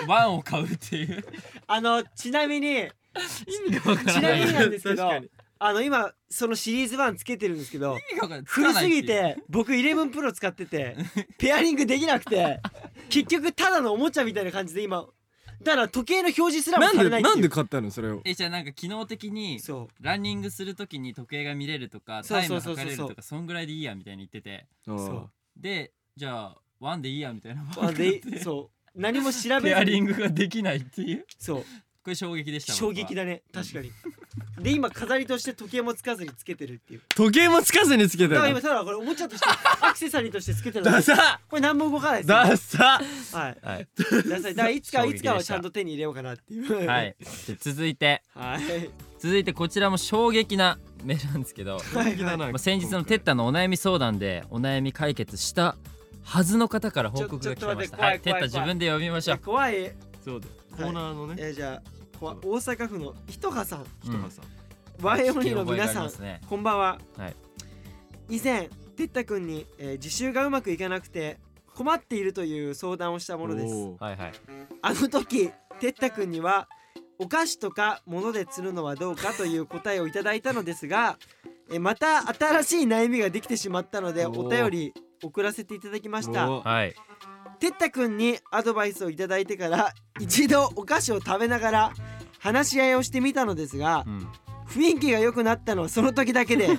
[SPEAKER 3] 1を買うっていう
[SPEAKER 2] あのちなみに
[SPEAKER 3] 意味がわか
[SPEAKER 2] ちな
[SPEAKER 3] らな
[SPEAKER 2] み
[SPEAKER 3] い
[SPEAKER 2] になんですけど
[SPEAKER 1] 確かに
[SPEAKER 2] あの今そのシリーズ1つけてるんですけど
[SPEAKER 3] 意味がわかんない
[SPEAKER 2] 古すぎ
[SPEAKER 3] つかないって
[SPEAKER 2] 僕11プロ使っててペアリングできなくて結局ただのおもちゃみたいな感じで今だから時計の表示すらも
[SPEAKER 1] な
[SPEAKER 2] され
[SPEAKER 1] んで
[SPEAKER 2] ないって
[SPEAKER 1] ない
[SPEAKER 2] うん
[SPEAKER 1] で買ったのそれを
[SPEAKER 3] ていうえじゃあなんか機能的に
[SPEAKER 2] そ
[SPEAKER 3] ランニングするときに時計が見れるとか
[SPEAKER 2] そう
[SPEAKER 3] タイ
[SPEAKER 2] そ
[SPEAKER 3] ム
[SPEAKER 2] うそうそう
[SPEAKER 3] 測れるとかそんぐらいでいいやみたいに言ってて
[SPEAKER 1] あー
[SPEAKER 2] そ
[SPEAKER 3] でじゃあ1でいいやみたいな
[SPEAKER 2] うあでそう何も調べ
[SPEAKER 3] ペ
[SPEAKER 2] ず
[SPEAKER 3] ア
[SPEAKER 2] に
[SPEAKER 3] リングができないっていう
[SPEAKER 2] そう
[SPEAKER 3] これ衝撃でした
[SPEAKER 2] 衝撃だね確かにで今飾りとして時計もつかずにつけてるっていう
[SPEAKER 1] 時計もつかずにつけ
[SPEAKER 2] だ
[SPEAKER 1] た
[SPEAKER 2] から
[SPEAKER 1] の
[SPEAKER 2] 今ただこれおもちゃとして アクセサリーとしてつけてるだ
[SPEAKER 1] ダ
[SPEAKER 2] け
[SPEAKER 1] サ
[SPEAKER 2] これ何も動かないです
[SPEAKER 1] ダサ
[SPEAKER 2] はい
[SPEAKER 3] 僕ははい
[SPEAKER 2] ダサいだからいつか
[SPEAKER 3] 衝撃
[SPEAKER 2] いつ
[SPEAKER 3] でした
[SPEAKER 2] かはちゃんと手に入れようかなっていう
[SPEAKER 3] はい、で続いて
[SPEAKER 2] はい
[SPEAKER 3] 続いてこちらも衝撃なメールなんですけど、
[SPEAKER 2] はいはい
[SPEAKER 3] まあ、先日のテッタのお悩み相談でお悩み解決したはずの方から報告が来てま
[SPEAKER 2] ちょちょっと
[SPEAKER 3] し
[SPEAKER 2] 待ったて
[SPEAKER 3] は
[SPEAKER 2] 怖い
[SPEAKER 3] いテッタ
[SPEAKER 2] 怖い
[SPEAKER 3] 自分で読みましょう
[SPEAKER 2] 怖い
[SPEAKER 1] そうだよコーナーのね
[SPEAKER 2] えーじゃあこわ大阪府のひとかさん
[SPEAKER 1] 人がさ
[SPEAKER 2] ワイオニの
[SPEAKER 3] 聞き覚えが
[SPEAKER 2] 皆
[SPEAKER 3] あり
[SPEAKER 2] さ
[SPEAKER 3] ま
[SPEAKER 2] ん
[SPEAKER 3] すね
[SPEAKER 2] こんばんは、
[SPEAKER 3] はい
[SPEAKER 2] 以前てったくんに、えー自習がうまくいかなくて困っているという相談をしたものです
[SPEAKER 1] おー
[SPEAKER 3] はいはい
[SPEAKER 2] あの時てったくんにはお菓子とか物で釣るのはどうかという答えをいただいたのですが、えーまた新しい悩みができてしまったので
[SPEAKER 1] おー
[SPEAKER 2] お便り送らせていただきました
[SPEAKER 1] おー
[SPEAKER 3] はい
[SPEAKER 2] てったくんにアドバイスをいただいてから一度お菓子を食べながら話し合いをしてみたのですが
[SPEAKER 3] う、ん
[SPEAKER 2] 雰囲気が良くなったのはその時だけ で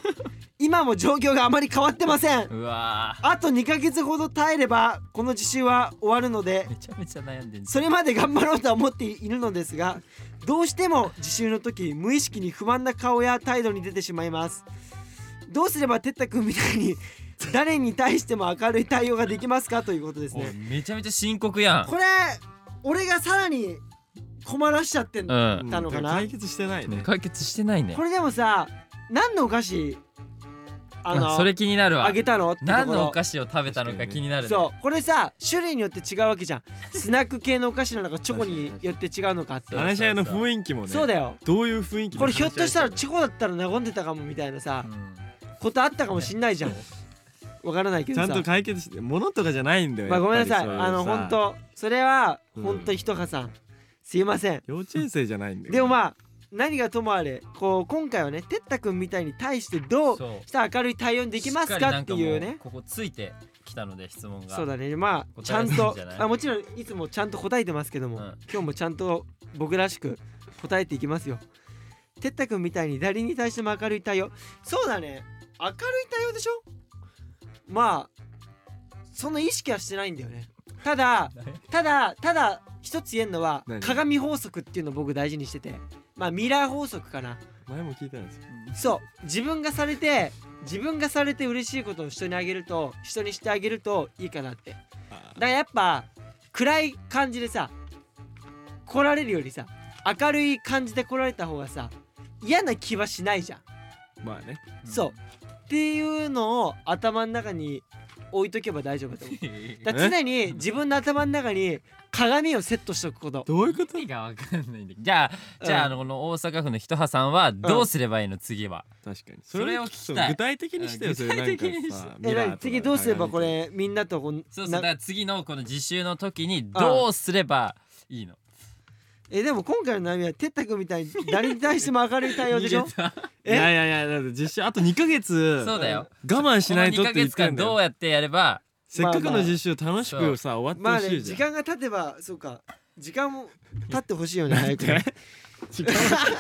[SPEAKER 2] 今も状況があまり変わってません
[SPEAKER 3] うわ
[SPEAKER 2] あと2ヶ月ほど耐えればこの実習は終わるので
[SPEAKER 3] ーめちゃめちゃ悩んでんじ
[SPEAKER 2] それまで頑張ろうとは思っているのですがどうしても自習の時無意識に不満な顔や態度に出てしまいますどうすればてったくんみたいに誰に対しても明るい対応ができますかということです
[SPEAKER 3] ゃんおい
[SPEAKER 2] ね
[SPEAKER 3] めちゃめちゃ深刻や
[SPEAKER 2] これ俺がさらに困らしちゃってん
[SPEAKER 3] んう
[SPEAKER 2] の、
[SPEAKER 1] うんん
[SPEAKER 2] たのかな
[SPEAKER 1] 解決してないね
[SPEAKER 3] 解決してないね
[SPEAKER 2] これでもさ何のお菓子あの
[SPEAKER 3] あそれ気になるわ
[SPEAKER 2] あげたのってところ
[SPEAKER 3] 何のお菓子を食べたのか気になるね
[SPEAKER 2] そうこれさ種類によって違うわけじゃんスナック系のお菓子なのかチョコによって違うのかって
[SPEAKER 3] 確か
[SPEAKER 1] 話し合いの雰囲気もね
[SPEAKER 2] そうだよ
[SPEAKER 1] どういう雰囲気で
[SPEAKER 2] これひょっとしたら
[SPEAKER 1] 話し
[SPEAKER 2] チョコだったら和んでたかもみたいなさ
[SPEAKER 3] うん
[SPEAKER 2] ことあったかもしんないじゃんわからないけ
[SPEAKER 1] 合いした
[SPEAKER 2] ど
[SPEAKER 1] いちゃん
[SPEAKER 2] さ
[SPEAKER 1] と解決して物とかじゃないんだよ
[SPEAKER 2] まあごめんなさい
[SPEAKER 1] やっ
[SPEAKER 2] あ
[SPEAKER 1] ぱり
[SPEAKER 2] の
[SPEAKER 1] そうう
[SPEAKER 2] 本
[SPEAKER 1] さ
[SPEAKER 2] 当それは
[SPEAKER 1] うん
[SPEAKER 2] 本当ひとかさんすいません
[SPEAKER 1] 幼稚園生じゃないんだよ
[SPEAKER 2] でもまあ何がともあれこう今回はねてったくんみたいに対してどう
[SPEAKER 3] そう
[SPEAKER 2] したら明るい対応にできます
[SPEAKER 3] しりな
[SPEAKER 2] かっ
[SPEAKER 3] ん
[SPEAKER 2] て
[SPEAKER 3] も
[SPEAKER 2] いうね
[SPEAKER 3] ここついてきたので質問が
[SPEAKER 2] そうだねまあちゃ
[SPEAKER 3] 答え
[SPEAKER 2] ん
[SPEAKER 3] られるん
[SPEAKER 2] と
[SPEAKER 3] じゃない
[SPEAKER 2] あもちろんいつもちゃんと答えてますけども、
[SPEAKER 3] うん
[SPEAKER 2] 今日もちゃんと僕らしく答えていきますよてったくんみたいに誰に対しても明るい対応そうだね明るい対応でしょまあその意識はしてないんだよねた だただただ一つ言えるのは
[SPEAKER 1] 何
[SPEAKER 2] 鏡法則っていうのを僕大事にしててまあミラー法則かな
[SPEAKER 1] 前も聞いたんですよ
[SPEAKER 2] そう自分がされて自分がされて嬉しいことを人にあげると人にしてあげるといいかなって
[SPEAKER 1] あ
[SPEAKER 2] だからやっぱ暗い感じでさ来られるよりさ明るい感じで来られた方がさ嫌な気はしないじゃん、
[SPEAKER 1] まあね
[SPEAKER 2] そうっていうのを頭の中に置いとけば大丈夫だと思う
[SPEAKER 3] うん
[SPEAKER 2] だから常に自分の頭の中に鏡をセットしとくこと
[SPEAKER 1] どういうこと
[SPEAKER 3] 意味がわかんないんだけどじゃあじゃあ,、
[SPEAKER 2] うん
[SPEAKER 3] あのこの大阪府のひとはさんはどうすればいいの次は、
[SPEAKER 1] 確かに
[SPEAKER 3] それを聞きたい
[SPEAKER 1] 具体的にしてよそれなんか
[SPEAKER 3] 具体的にし
[SPEAKER 1] さ
[SPEAKER 2] え何次どうすればこれみんなとこう
[SPEAKER 3] そうそう
[SPEAKER 2] な
[SPEAKER 3] だから次のこの自習の時にどうすればいいの、
[SPEAKER 2] えでも今回の悩みはてったくんみたいに誰に対しても明るい対応でし ょ
[SPEAKER 3] 逃げた
[SPEAKER 1] いやいやいやだって実習あと2ヶ月
[SPEAKER 3] そうだよ
[SPEAKER 1] 我慢しないとっ
[SPEAKER 3] こ
[SPEAKER 1] て
[SPEAKER 3] の2ヶ
[SPEAKER 1] 言っ
[SPEAKER 3] 月
[SPEAKER 1] てん
[SPEAKER 3] 間
[SPEAKER 1] だ
[SPEAKER 3] ど
[SPEAKER 1] よ
[SPEAKER 3] うやってやれ ば
[SPEAKER 1] せっかくの実習楽しくさ終
[SPEAKER 2] ま
[SPEAKER 1] わ
[SPEAKER 2] あ
[SPEAKER 1] ってほし
[SPEAKER 2] ね
[SPEAKER 1] いじ
[SPEAKER 2] 時
[SPEAKER 1] ゃん
[SPEAKER 2] 間が経てばそうか時間も経ってほしいよね早くね
[SPEAKER 1] 時間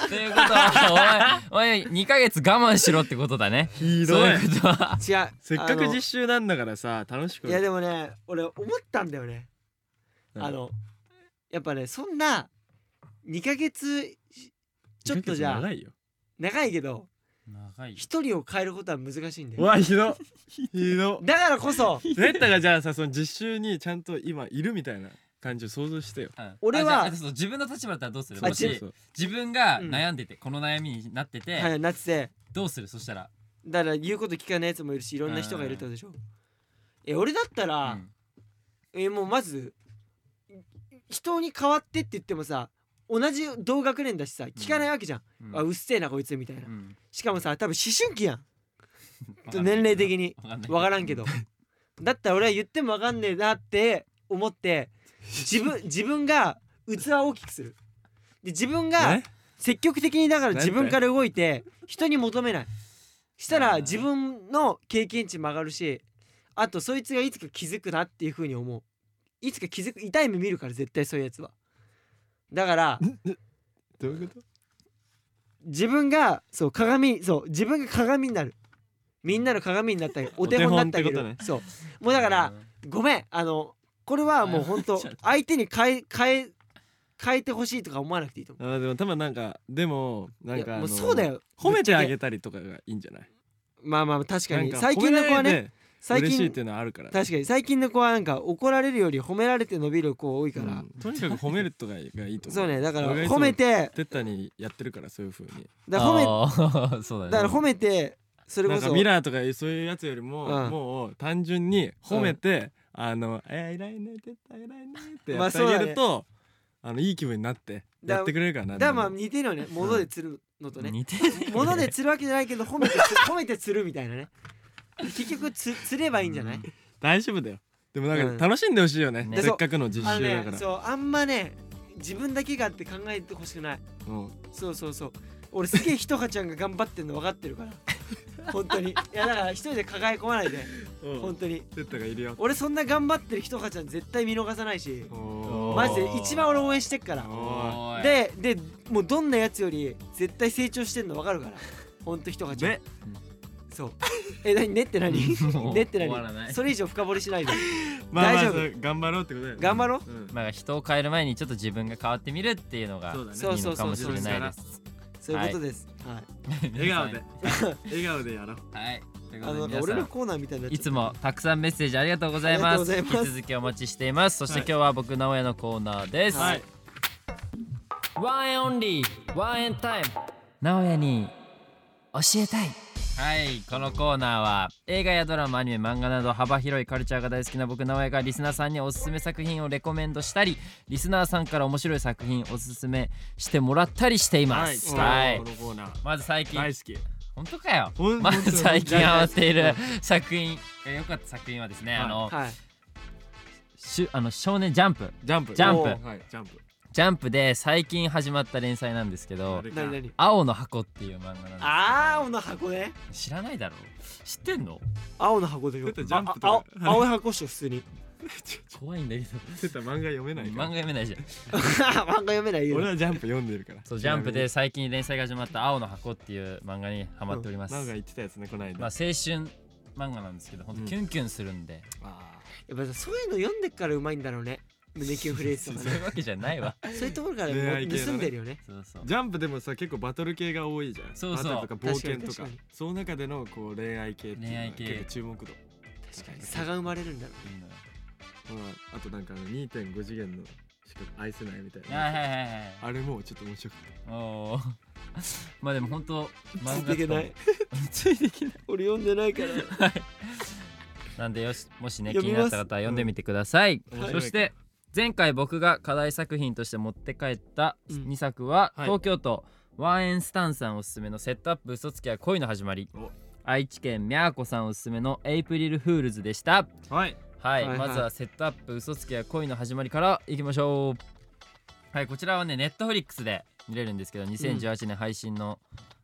[SPEAKER 3] ということはお前お前2ヶ月我慢しろってことだね
[SPEAKER 1] ひ
[SPEAKER 3] そう
[SPEAKER 1] どい
[SPEAKER 3] いうことは
[SPEAKER 2] 違う
[SPEAKER 1] せっかく実習なんだからさ楽しく
[SPEAKER 2] いやでもね俺思ったんだよね、
[SPEAKER 1] うん
[SPEAKER 2] あのやっぱねそんな2ヶ月ちょっとじゃあ
[SPEAKER 1] 長いよ
[SPEAKER 2] 長いけど
[SPEAKER 3] 長い
[SPEAKER 2] 一人を変えることは難しいんだ
[SPEAKER 1] う
[SPEAKER 2] よ
[SPEAKER 1] わひどひど
[SPEAKER 2] だからこそ
[SPEAKER 1] レッタがじゃあさその実習にちゃんと今いるみたいな感じを想像してよ
[SPEAKER 3] うん
[SPEAKER 2] 俺は
[SPEAKER 3] あじゃああとそう自分の立場だったらどうする
[SPEAKER 2] あ
[SPEAKER 3] も
[SPEAKER 1] そう
[SPEAKER 3] し
[SPEAKER 1] そう
[SPEAKER 3] 自分が悩んでて、この悩みになってて、
[SPEAKER 2] はいなってて
[SPEAKER 3] どうするそしたら
[SPEAKER 2] だから言うこと聞かないやつもいるしいろんな人がいるってことでしょえ俺だったら、
[SPEAKER 3] うん
[SPEAKER 2] えもうまずい人に変わってって言ってもさ同じ同学年だしさ聞かないわけじゃん、
[SPEAKER 3] う
[SPEAKER 2] うんあうっせえなこいつみたいな、
[SPEAKER 3] うん
[SPEAKER 2] しかもさ多分思春期やん
[SPEAKER 3] わ
[SPEAKER 2] ち
[SPEAKER 3] か
[SPEAKER 2] ょ
[SPEAKER 3] んない
[SPEAKER 2] 年齢的に
[SPEAKER 3] わかんない
[SPEAKER 2] 分からんけどだったら俺は言っても分かんねえなって思って自分自分が器を大きくするで自分が
[SPEAKER 1] え
[SPEAKER 2] 積極的にだから
[SPEAKER 1] なんて
[SPEAKER 2] 自分から動いて人に求めないしたら
[SPEAKER 3] あー
[SPEAKER 2] 自分の経験値も上がるしあとそいつがいつか気づくなっていう風に思ういつか気づく痛い目見るから絶対そういうやつはだから
[SPEAKER 1] どういうこと
[SPEAKER 2] 自分がそう鏡そう自分が鏡になるみんなの鏡になったりお手本になってあげ
[SPEAKER 1] お手
[SPEAKER 2] る、
[SPEAKER 1] 本って
[SPEAKER 2] そうもうだからごめんあのこれはもう本当
[SPEAKER 3] ちょっ
[SPEAKER 2] 相手に変え変え変えてほしいとか思わなくていいと思
[SPEAKER 1] あーでも多分なんかでも
[SPEAKER 2] う
[SPEAKER 1] なん
[SPEAKER 2] いや
[SPEAKER 1] か
[SPEAKER 2] もうそうだ
[SPEAKER 1] よ
[SPEAKER 2] よ
[SPEAKER 1] 褒めてあ
[SPEAKER 2] ぶっちゃ
[SPEAKER 1] げたりとかがいいんじゃない
[SPEAKER 2] けまあまあ確かに
[SPEAKER 1] なん
[SPEAKER 2] 最近の子は
[SPEAKER 1] 褒めら
[SPEAKER 2] ね
[SPEAKER 1] れて
[SPEAKER 2] 最
[SPEAKER 1] 嬉しいっ
[SPEAKER 2] 近
[SPEAKER 1] ていうのはあるから
[SPEAKER 2] 確かに最近の子はなんか怒られるより褒められて伸びる子多いから、
[SPEAKER 1] うんとにかく褒めるとかがいいと思う
[SPEAKER 2] そうねだから
[SPEAKER 1] 俺がいつも
[SPEAKER 2] 褒めて
[SPEAKER 1] テッタにやってるからそういう風に
[SPEAKER 2] だから褒め
[SPEAKER 3] めそうだね
[SPEAKER 2] だから褒めてそれ
[SPEAKER 1] な
[SPEAKER 2] こ
[SPEAKER 1] んか
[SPEAKER 2] そ
[SPEAKER 1] ミラーとかいうそういうやつよりも、
[SPEAKER 2] うん
[SPEAKER 1] もう単純に褒めて、あの「えー、偉いね絶対偉いね」ってや
[SPEAKER 2] まあ
[SPEAKER 1] ってあげる
[SPEAKER 2] そ
[SPEAKER 1] と、あのいい気分になって
[SPEAKER 2] だ
[SPEAKER 1] やってくれるからな
[SPEAKER 2] だからまあ似てるよね物で釣るのとね
[SPEAKER 3] 似てるね
[SPEAKER 2] 物で釣るわけじゃないけど褒めて釣 褒めて釣るみたいなね結局つ釣ればいいんじゃない、
[SPEAKER 3] うん
[SPEAKER 1] 大丈夫だよでも
[SPEAKER 2] う
[SPEAKER 1] なん
[SPEAKER 2] ん
[SPEAKER 1] か楽しんでほしいよね、
[SPEAKER 3] ね
[SPEAKER 1] せっかくの実
[SPEAKER 2] あの
[SPEAKER 1] 習だ
[SPEAKER 2] ね
[SPEAKER 1] から、
[SPEAKER 2] そうあんまね自分だけがって考えてほしくない
[SPEAKER 1] うん
[SPEAKER 2] そうそうそう俺すげえひとかちゃんが頑張ってんの分かってるから本当にいやだから一人で抱え込まないで
[SPEAKER 1] う
[SPEAKER 2] 本
[SPEAKER 1] ん
[SPEAKER 2] 当に
[SPEAKER 1] テッタがいるよ
[SPEAKER 2] 俺そんな頑張ってるひとかちゃん絶対見逃さないし
[SPEAKER 1] おー
[SPEAKER 2] マジで一番俺応援してっから
[SPEAKER 1] お
[SPEAKER 3] い
[SPEAKER 2] ででもうどんなやつより絶対成長してんの分かるからほんとひとかちゃん、
[SPEAKER 1] ね
[SPEAKER 2] そうえ何ねって何
[SPEAKER 3] もう
[SPEAKER 2] ねって
[SPEAKER 3] 終わらな
[SPEAKER 2] 何
[SPEAKER 3] い
[SPEAKER 2] それ以上深掘りしないで
[SPEAKER 1] まあまあ
[SPEAKER 2] 大丈夫
[SPEAKER 1] そう頑張ろうってことだよね
[SPEAKER 2] 頑張ろう
[SPEAKER 1] うん
[SPEAKER 3] まあ人を変える前にちょっと自分が変わってみるっていうのが
[SPEAKER 1] そうだね
[SPEAKER 2] そう
[SPEAKER 3] いいのかもしれないです。
[SPEAKER 2] そういうことです、はい
[SPEAKER 1] 笑顔 で
[SPEAKER 3] 皆
[SPEAKER 1] 笑顔でやろう
[SPEAKER 3] さん。はい。というこ
[SPEAKER 2] あのな
[SPEAKER 3] と
[SPEAKER 2] ん
[SPEAKER 3] で
[SPEAKER 2] か俺
[SPEAKER 3] 皆
[SPEAKER 2] の
[SPEAKER 3] さ
[SPEAKER 2] コーナーみたいになっちゃ
[SPEAKER 3] んい
[SPEAKER 2] った
[SPEAKER 3] つもたくさんメッセージありがとうござい
[SPEAKER 2] ありが
[SPEAKER 3] ま
[SPEAKER 2] とうご
[SPEAKER 3] す。
[SPEAKER 2] ざい
[SPEAKER 3] 引
[SPEAKER 2] ま
[SPEAKER 3] き
[SPEAKER 2] す
[SPEAKER 3] 続きお待ちしています。そして
[SPEAKER 1] はい
[SPEAKER 3] 今日は僕の親のコーナーです。
[SPEAKER 2] はい
[SPEAKER 3] ワンエンオンリーワンエンタイム直哉に教えたいはいこのコーナーは映画やドラマアニメ漫画など幅広いカルチャーが大好きな僕直哉がリスナーさんにおすすめ作品をレコメンドしたりリスナーさんから面白い作品おすすめしてもらったりしていますはい、
[SPEAKER 1] このコーナー
[SPEAKER 3] まず最近
[SPEAKER 1] 大好き
[SPEAKER 3] 本当かよ
[SPEAKER 1] ほん
[SPEAKER 3] ま
[SPEAKER 1] 本当
[SPEAKER 3] ず
[SPEAKER 1] に
[SPEAKER 3] 最近
[SPEAKER 1] 大好き
[SPEAKER 3] ハマっている作品え良かった作品はですね、
[SPEAKER 1] はい
[SPEAKER 3] あの
[SPEAKER 2] はい
[SPEAKER 3] しゅあの少年ジャンプ
[SPEAKER 1] ジャンプ
[SPEAKER 3] ジャンプ
[SPEAKER 1] おーはいジャンプ
[SPEAKER 3] ジャンプで最近始まった連載なんですけど
[SPEAKER 1] あれか
[SPEAKER 2] 何何
[SPEAKER 3] 「青の箱」っていう漫画なんです
[SPEAKER 2] あー青の箱ね
[SPEAKER 3] 知らないだろ知ってんの
[SPEAKER 2] 青の箱でしょ
[SPEAKER 1] ちょっとジャンプとか
[SPEAKER 2] ああ青青い箱っしょ普通に
[SPEAKER 3] 怖いんだけど
[SPEAKER 1] テッタ漫画読めない か
[SPEAKER 3] 漫画
[SPEAKER 1] ら
[SPEAKER 3] 読めないじゃん
[SPEAKER 2] 漫画読めないよ
[SPEAKER 1] 俺はジャンプ読んでるから
[SPEAKER 3] そうジャンプで最近連載が始まった「青の箱」っていう漫画にハマっております、
[SPEAKER 1] なんか言ってたやつねこの間、
[SPEAKER 3] まあ、青春漫画なんですけど本当キュンキュンするんで、
[SPEAKER 1] あ
[SPEAKER 2] やっぱさそういうの読んでっからうまいんだろうね胸キュンフレーズとか
[SPEAKER 3] そうい
[SPEAKER 2] ね
[SPEAKER 3] うわけじゃないわ
[SPEAKER 2] そういうところからも
[SPEAKER 1] 恋愛系のね
[SPEAKER 2] 盗んでるよね
[SPEAKER 3] そうそう
[SPEAKER 1] ージャンプでもさ結構バトル系が多いじゃん
[SPEAKER 3] そうそう
[SPEAKER 1] バトルとか冒険と
[SPEAKER 2] 確か
[SPEAKER 1] か
[SPEAKER 2] に確
[SPEAKER 1] その中でのこう恋愛系っていうの
[SPEAKER 3] 恋
[SPEAKER 1] は
[SPEAKER 3] 愛系
[SPEAKER 1] 結構注目度、
[SPEAKER 2] 確かに差が生まれるんだろう
[SPEAKER 3] いいのよ
[SPEAKER 1] まあ、あとなんかあの2.5次元のしか愛せないみたいな、
[SPEAKER 3] はいはいはいはい
[SPEAKER 1] あれもちょっと面白かっ
[SPEAKER 3] おー まあでも本当
[SPEAKER 2] つ
[SPEAKER 3] 漫
[SPEAKER 2] いていけな
[SPEAKER 3] 画
[SPEAKER 2] い
[SPEAKER 3] と ついてい けない
[SPEAKER 2] 俺読んでないから
[SPEAKER 3] なんでよしもしね気
[SPEAKER 2] 読
[SPEAKER 3] に
[SPEAKER 2] み
[SPEAKER 3] な
[SPEAKER 2] ま
[SPEAKER 3] っ
[SPEAKER 2] す
[SPEAKER 3] た方は読んでみてください、
[SPEAKER 1] うん面白いか
[SPEAKER 3] そ
[SPEAKER 1] ら
[SPEAKER 3] して前回僕が課題作品として持って帰った
[SPEAKER 2] うん
[SPEAKER 3] 2作は、
[SPEAKER 1] はい
[SPEAKER 3] 東京都ワンエンスタンさんおすすめの「セットアップ嘘つきは恋の始まり
[SPEAKER 1] お」
[SPEAKER 3] 愛知県みゃーこさんおすすめの「エイプリルフールズ」でした
[SPEAKER 1] たはい
[SPEAKER 3] はい、
[SPEAKER 2] はいはい
[SPEAKER 3] まずは「セットアップ嘘つきは恋の始まり」からいきましょうはいこちらはねネットフリックスで見れるんですけど2018年配信の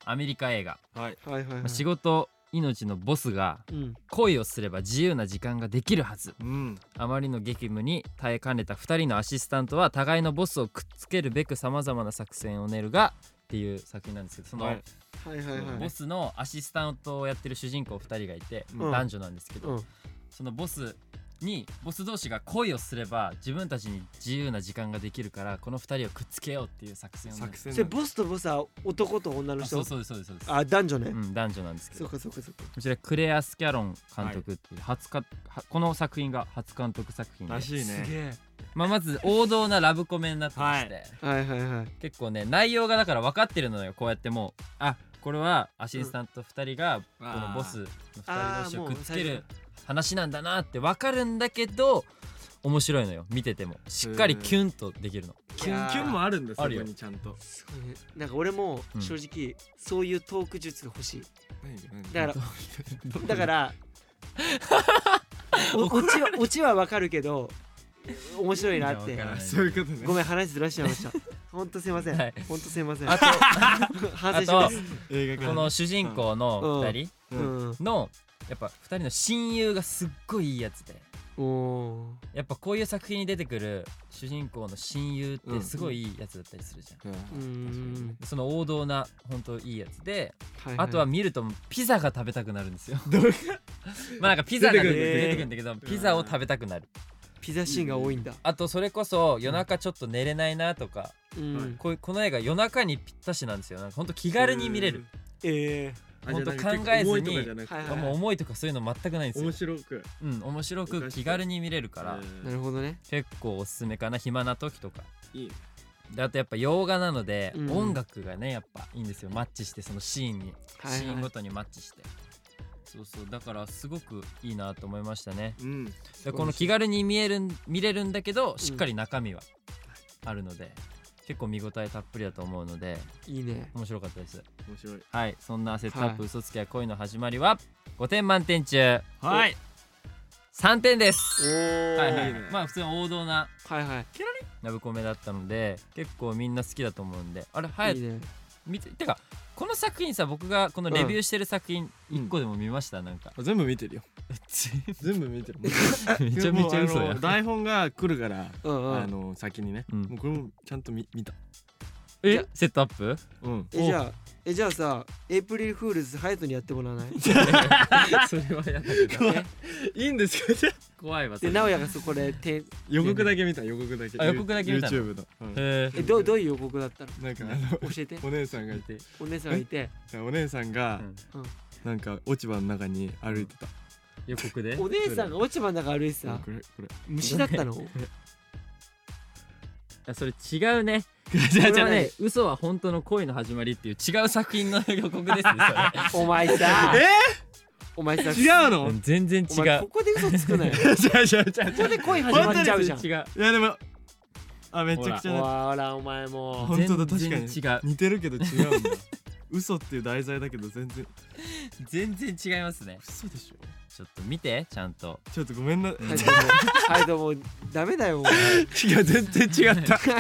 [SPEAKER 3] アメリカ映画、
[SPEAKER 1] はい
[SPEAKER 2] はいはい、
[SPEAKER 3] ま
[SPEAKER 2] は
[SPEAKER 3] あ
[SPEAKER 2] い、
[SPEAKER 3] 仕事命のボスが
[SPEAKER 2] うん
[SPEAKER 3] 恋をすれば自由な時間ができるはず
[SPEAKER 1] うん
[SPEAKER 3] あまりの激務に耐えかねた2人のアシスタントは互いのボスをくっつけるべくさまざまな作戦を練るがっていう作品なんですけどその、
[SPEAKER 1] はい
[SPEAKER 2] はいはいはい
[SPEAKER 3] ボスのアシスタントをやってる主人公2人がいて、
[SPEAKER 1] うん
[SPEAKER 3] 男女なんですけど、
[SPEAKER 2] うん
[SPEAKER 3] そのボスにボス同士が恋をすれば自分たちに自由な時間ができるからこの二人をくっつけようっていう作戦をね
[SPEAKER 1] 作戦
[SPEAKER 2] それボスとボスは男と女の
[SPEAKER 3] あ
[SPEAKER 2] 人
[SPEAKER 3] そうそうですそうですそうです
[SPEAKER 2] あ男女ね、
[SPEAKER 3] うん男女なんですけ
[SPEAKER 2] そ
[SPEAKER 3] ど
[SPEAKER 2] うかそうかそうか
[SPEAKER 3] こちらクレア・スキャロン監督っていう初か、はこの作品が初監督作品で
[SPEAKER 1] らしい
[SPEAKER 2] すげ
[SPEAKER 1] ね
[SPEAKER 2] え
[SPEAKER 3] まあ、まず王道なラブコメになってまして、
[SPEAKER 1] は
[SPEAKER 2] はいはいはい
[SPEAKER 3] 結構ね内容がだから分かってるのよこうやってもうあこれはアシスタント2人がこ
[SPEAKER 1] うん
[SPEAKER 3] のボスの2人同士をくっつけ
[SPEAKER 2] あーも
[SPEAKER 3] る
[SPEAKER 2] う
[SPEAKER 3] 話なんだなって分かるんだけど面白いのよ見ててもしっかりキュンとできるの
[SPEAKER 1] キュンキュンもあるんです
[SPEAKER 3] あ
[SPEAKER 1] よ
[SPEAKER 3] る
[SPEAKER 1] こ
[SPEAKER 3] よ
[SPEAKER 1] こにちゃんと
[SPEAKER 2] すごいねなんか俺も
[SPEAKER 3] うん
[SPEAKER 2] 正直、そういうトーク術が欲しいだ
[SPEAKER 1] 何
[SPEAKER 2] か
[SPEAKER 1] 何
[SPEAKER 2] だ からおオチはオチはわかるけど面白いなっ
[SPEAKER 3] い
[SPEAKER 2] て
[SPEAKER 3] やわから
[SPEAKER 1] あ そういうことね
[SPEAKER 2] ごめん話ずらしちゃいま したほんとすいません、
[SPEAKER 3] はい
[SPEAKER 2] ほんとすいません
[SPEAKER 3] あと
[SPEAKER 2] 反省します
[SPEAKER 1] 映画
[SPEAKER 3] こ
[SPEAKER 1] 館
[SPEAKER 3] の主人公の2
[SPEAKER 1] う
[SPEAKER 2] うんん
[SPEAKER 3] 人のやっぱ2人の親友がすっごいいいやつで
[SPEAKER 2] お
[SPEAKER 3] やっぱこういう作品に出てくる主人公の親友ってすごいいいやつだったりするじゃん、
[SPEAKER 1] うん
[SPEAKER 2] ーうーん
[SPEAKER 3] その王道な本当いいやつで
[SPEAKER 2] はいい
[SPEAKER 3] あとは見るとピザが食べたくなるんですよ。 まあなんかピザ
[SPEAKER 1] 出
[SPEAKER 3] が
[SPEAKER 1] てくる
[SPEAKER 3] 出てくる
[SPEAKER 1] ね
[SPEAKER 3] んだけどピザを食べたくなる。
[SPEAKER 2] ピザシーンが多いんだ
[SPEAKER 3] あとそれこそ夜中ちょっと寝れないなとか
[SPEAKER 2] うん、
[SPEAKER 1] はい
[SPEAKER 3] こういうこの映画夜中にぴったしなんですよ。なんか本当気軽に見れる。
[SPEAKER 2] ええ
[SPEAKER 1] あじゃあ
[SPEAKER 3] ほんと
[SPEAKER 1] なんか
[SPEAKER 3] 考え
[SPEAKER 1] 重
[SPEAKER 3] ずに
[SPEAKER 1] いとかじゃなくて
[SPEAKER 2] はいはい
[SPEAKER 3] もう重いとかそういうの全くないんですよ
[SPEAKER 1] 面。白く
[SPEAKER 3] うん面白く気軽に見れるから
[SPEAKER 1] うん
[SPEAKER 2] なるほどね
[SPEAKER 3] 結構おすすめかな暇な時とか。
[SPEAKER 1] いいね
[SPEAKER 3] であとやっぱ洋画なので
[SPEAKER 2] うん
[SPEAKER 3] 音楽がねやっぱいいんですよマッチしてそのシーンに
[SPEAKER 2] はいはい
[SPEAKER 3] シーンごとにマッチして。そうそうだからすごくいいなと思いましたね。
[SPEAKER 1] うん
[SPEAKER 3] でこの気軽に見えるん見れるんだけどしっかり中身はあるので、結構見応えたっぷりだと思うので
[SPEAKER 2] いいね
[SPEAKER 3] 面白かったです
[SPEAKER 1] 面白い
[SPEAKER 3] はいそんな「セットアッ
[SPEAKER 2] は
[SPEAKER 3] プ、
[SPEAKER 2] い
[SPEAKER 3] 嘘つきや恋の始まりは」5点満点中
[SPEAKER 1] はい
[SPEAKER 3] 3点です
[SPEAKER 2] おお
[SPEAKER 3] はいはい
[SPEAKER 1] いいね
[SPEAKER 3] まあ普通の王道な
[SPEAKER 2] はいはい
[SPEAKER 3] ラブコメだったので結構みんな好きだと思うんであれ早
[SPEAKER 2] いい
[SPEAKER 3] く
[SPEAKER 2] ね
[SPEAKER 3] 見ててかこの作品さ僕がこのレビューしてる作品
[SPEAKER 1] うん
[SPEAKER 3] 1個でも見ました、なんか
[SPEAKER 1] あ全部見てるよ 全部見てるめ
[SPEAKER 3] めちゃめちゃ嘘や
[SPEAKER 1] 台本が来るから
[SPEAKER 2] うんうん
[SPEAKER 1] あの先にね、
[SPEAKER 3] うん
[SPEAKER 1] もうこれもちゃんと見見た。
[SPEAKER 3] えセットアップ
[SPEAKER 1] うん。
[SPEAKER 2] えじゃあえじゃあさエイプリルフールズハヤトにやってもらわ ない
[SPEAKER 3] それはやだけ どね
[SPEAKER 1] いいんですか じゃあ
[SPEAKER 3] 怖いわそ
[SPEAKER 2] で
[SPEAKER 3] れ
[SPEAKER 2] 直哉がそこでて
[SPEAKER 1] 予告だけ見た予告だけ。
[SPEAKER 3] あ予告だけ見たの
[SPEAKER 1] YouTube の。うん
[SPEAKER 3] へ
[SPEAKER 2] えどうどういう予告だったの
[SPEAKER 1] なんかあの
[SPEAKER 2] 教えて
[SPEAKER 1] お姉さんが
[SPEAKER 3] え
[SPEAKER 1] い
[SPEAKER 2] お姉さんがいて
[SPEAKER 1] てお姉さんが
[SPEAKER 3] うん
[SPEAKER 1] なんか落ち葉の中に歩いてた。
[SPEAKER 3] 予告で
[SPEAKER 2] お姉さんが落ち葉の中歩いて
[SPEAKER 1] うん
[SPEAKER 2] た
[SPEAKER 1] これこ れ。
[SPEAKER 2] 虫だったの
[SPEAKER 3] あそれ違う ね
[SPEAKER 1] じゃ
[SPEAKER 3] こ
[SPEAKER 1] あじ
[SPEAKER 3] れ
[SPEAKER 1] ゃあ
[SPEAKER 3] はね嘘は本当の恋の始まりっていう違う作品の予告ですね
[SPEAKER 2] お前さ
[SPEAKER 1] え
[SPEAKER 2] お前さ
[SPEAKER 1] 違う
[SPEAKER 3] そ
[SPEAKER 1] の
[SPEAKER 3] れ？全然違う
[SPEAKER 2] お 前ここで嘘つくなよこ
[SPEAKER 1] じゃあじゃあじゃあじゃ
[SPEAKER 2] こで恋始まっちゃうじゃん
[SPEAKER 3] 違う
[SPEAKER 1] あ。いやでもあめちゃくちゃな
[SPEAKER 2] ほらお前も
[SPEAKER 1] 本当だ確か
[SPEAKER 3] 全
[SPEAKER 1] に
[SPEAKER 3] 然違う
[SPEAKER 1] 似てるけど違うんだ。嘘っていう題材だけど全然
[SPEAKER 3] 全然違いますね
[SPEAKER 1] 嘘でしょ。
[SPEAKER 3] ちょっと見てちゃんと
[SPEAKER 1] ちょっとごめん な。違
[SPEAKER 2] はいどうもはいどうもダメだよお前
[SPEAKER 1] う全然違った。
[SPEAKER 3] とい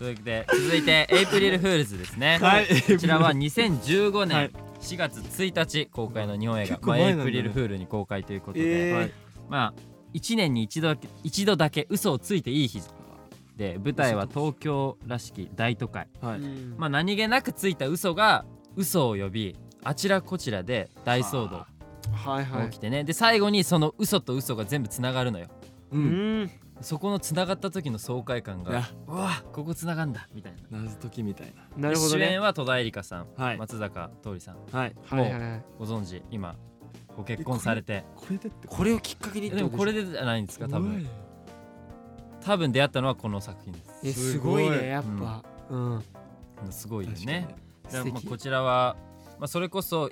[SPEAKER 3] うわけで続いてエイプリルフールズですね
[SPEAKER 1] はい
[SPEAKER 3] こちらは2015
[SPEAKER 1] は
[SPEAKER 3] 年
[SPEAKER 1] い
[SPEAKER 3] 4月1日公開の日本映画
[SPEAKER 1] 結
[SPEAKER 3] 「
[SPEAKER 1] 構
[SPEAKER 3] まあエ
[SPEAKER 1] 前
[SPEAKER 3] イ
[SPEAKER 1] なんだね
[SPEAKER 3] プリルフール」に公開ということで、
[SPEAKER 2] えー
[SPEAKER 3] まあ1年に一度だけ一度だけ嘘をついていい日で舞台は東京らしき大都会
[SPEAKER 1] は
[SPEAKER 2] う
[SPEAKER 1] い。
[SPEAKER 2] ん
[SPEAKER 3] まあ、何気なくついた嘘が嘘を呼びあちらこちらで大騒動
[SPEAKER 2] はいは
[SPEAKER 3] が
[SPEAKER 2] い
[SPEAKER 3] 起きてね、で最後にその嘘と嘘が全部つながるのよ
[SPEAKER 1] う
[SPEAKER 2] う。ん
[SPEAKER 3] そこのつながった時の爽快感
[SPEAKER 1] いや
[SPEAKER 3] がうわここつながんだみたいな
[SPEAKER 1] 謎解きみたい
[SPEAKER 2] なるほど
[SPEAKER 3] 主演
[SPEAKER 2] ね
[SPEAKER 3] は戸田恵梨香さん、
[SPEAKER 1] はい
[SPEAKER 3] 松坂桃李さん
[SPEAKER 1] な。はい。
[SPEAKER 2] はいはいはい
[SPEAKER 3] ご存知今ご結婚されて
[SPEAKER 1] これでって
[SPEAKER 2] これをきっかけにって
[SPEAKER 3] でも
[SPEAKER 2] と
[SPEAKER 3] これでじゃないんですか多分。多分出会ったのはこの作品です
[SPEAKER 2] え
[SPEAKER 1] す
[SPEAKER 2] す
[SPEAKER 1] ご
[SPEAKER 2] ご
[SPEAKER 1] い
[SPEAKER 2] いねやっぱうん
[SPEAKER 3] すごいよ
[SPEAKER 1] 確かに
[SPEAKER 3] ねだからま
[SPEAKER 2] 素
[SPEAKER 3] あ
[SPEAKER 2] 敵
[SPEAKER 3] こちらは、まあ、それこそ、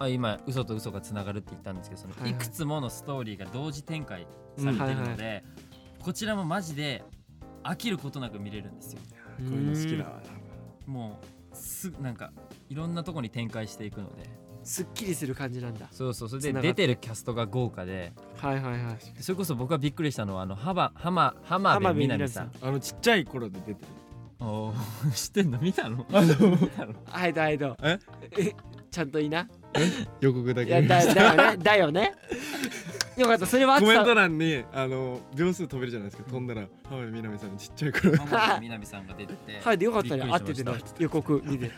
[SPEAKER 3] まあ、今嘘と嘘がつながるって言ったんですけどその
[SPEAKER 2] はい
[SPEAKER 3] い
[SPEAKER 2] はい
[SPEAKER 3] くつものストーリーが同時展開されてるの
[SPEAKER 2] うん
[SPEAKER 3] で、こちらもマジで飽きることなく見れるんですよ
[SPEAKER 1] こういうの好きだわ。
[SPEAKER 3] もうすなんかいろんなとこに展開していくのです
[SPEAKER 2] っきりする感じなんだ
[SPEAKER 3] そうそうそれ
[SPEAKER 2] つ
[SPEAKER 3] で
[SPEAKER 2] ながっ
[SPEAKER 3] 出てるキャストが豪華で
[SPEAKER 2] はいはいはい
[SPEAKER 3] それこそ僕がびっくりしたのはあの浜浜浜辺美波さん
[SPEAKER 1] あのちっちゃい頃で出てる。
[SPEAKER 3] おー 知ってんの見たの
[SPEAKER 1] あの
[SPEAKER 3] 見たの
[SPEAKER 2] はいだはいだ
[SPEAKER 1] え
[SPEAKER 2] えちゃんといいな
[SPEAKER 1] 予告だ
[SPEAKER 2] いや
[SPEAKER 1] け見ま
[SPEAKER 2] だ
[SPEAKER 1] した。
[SPEAKER 2] だよね だよねよかったそれはあ っ
[SPEAKER 1] コ
[SPEAKER 2] て
[SPEAKER 1] メ
[SPEAKER 2] た
[SPEAKER 1] ント欄にあの秒数飛べるじゃないですか。飛んだら浜辺美波さんのちっちゃい頃。
[SPEAKER 3] 浜辺美波さんが出てて
[SPEAKER 2] はいでよかったね
[SPEAKER 3] び
[SPEAKER 2] 合
[SPEAKER 3] っ
[SPEAKER 2] っ
[SPEAKER 3] く
[SPEAKER 2] て
[SPEAKER 3] りしてま
[SPEAKER 2] ね
[SPEAKER 3] した
[SPEAKER 2] 予告見て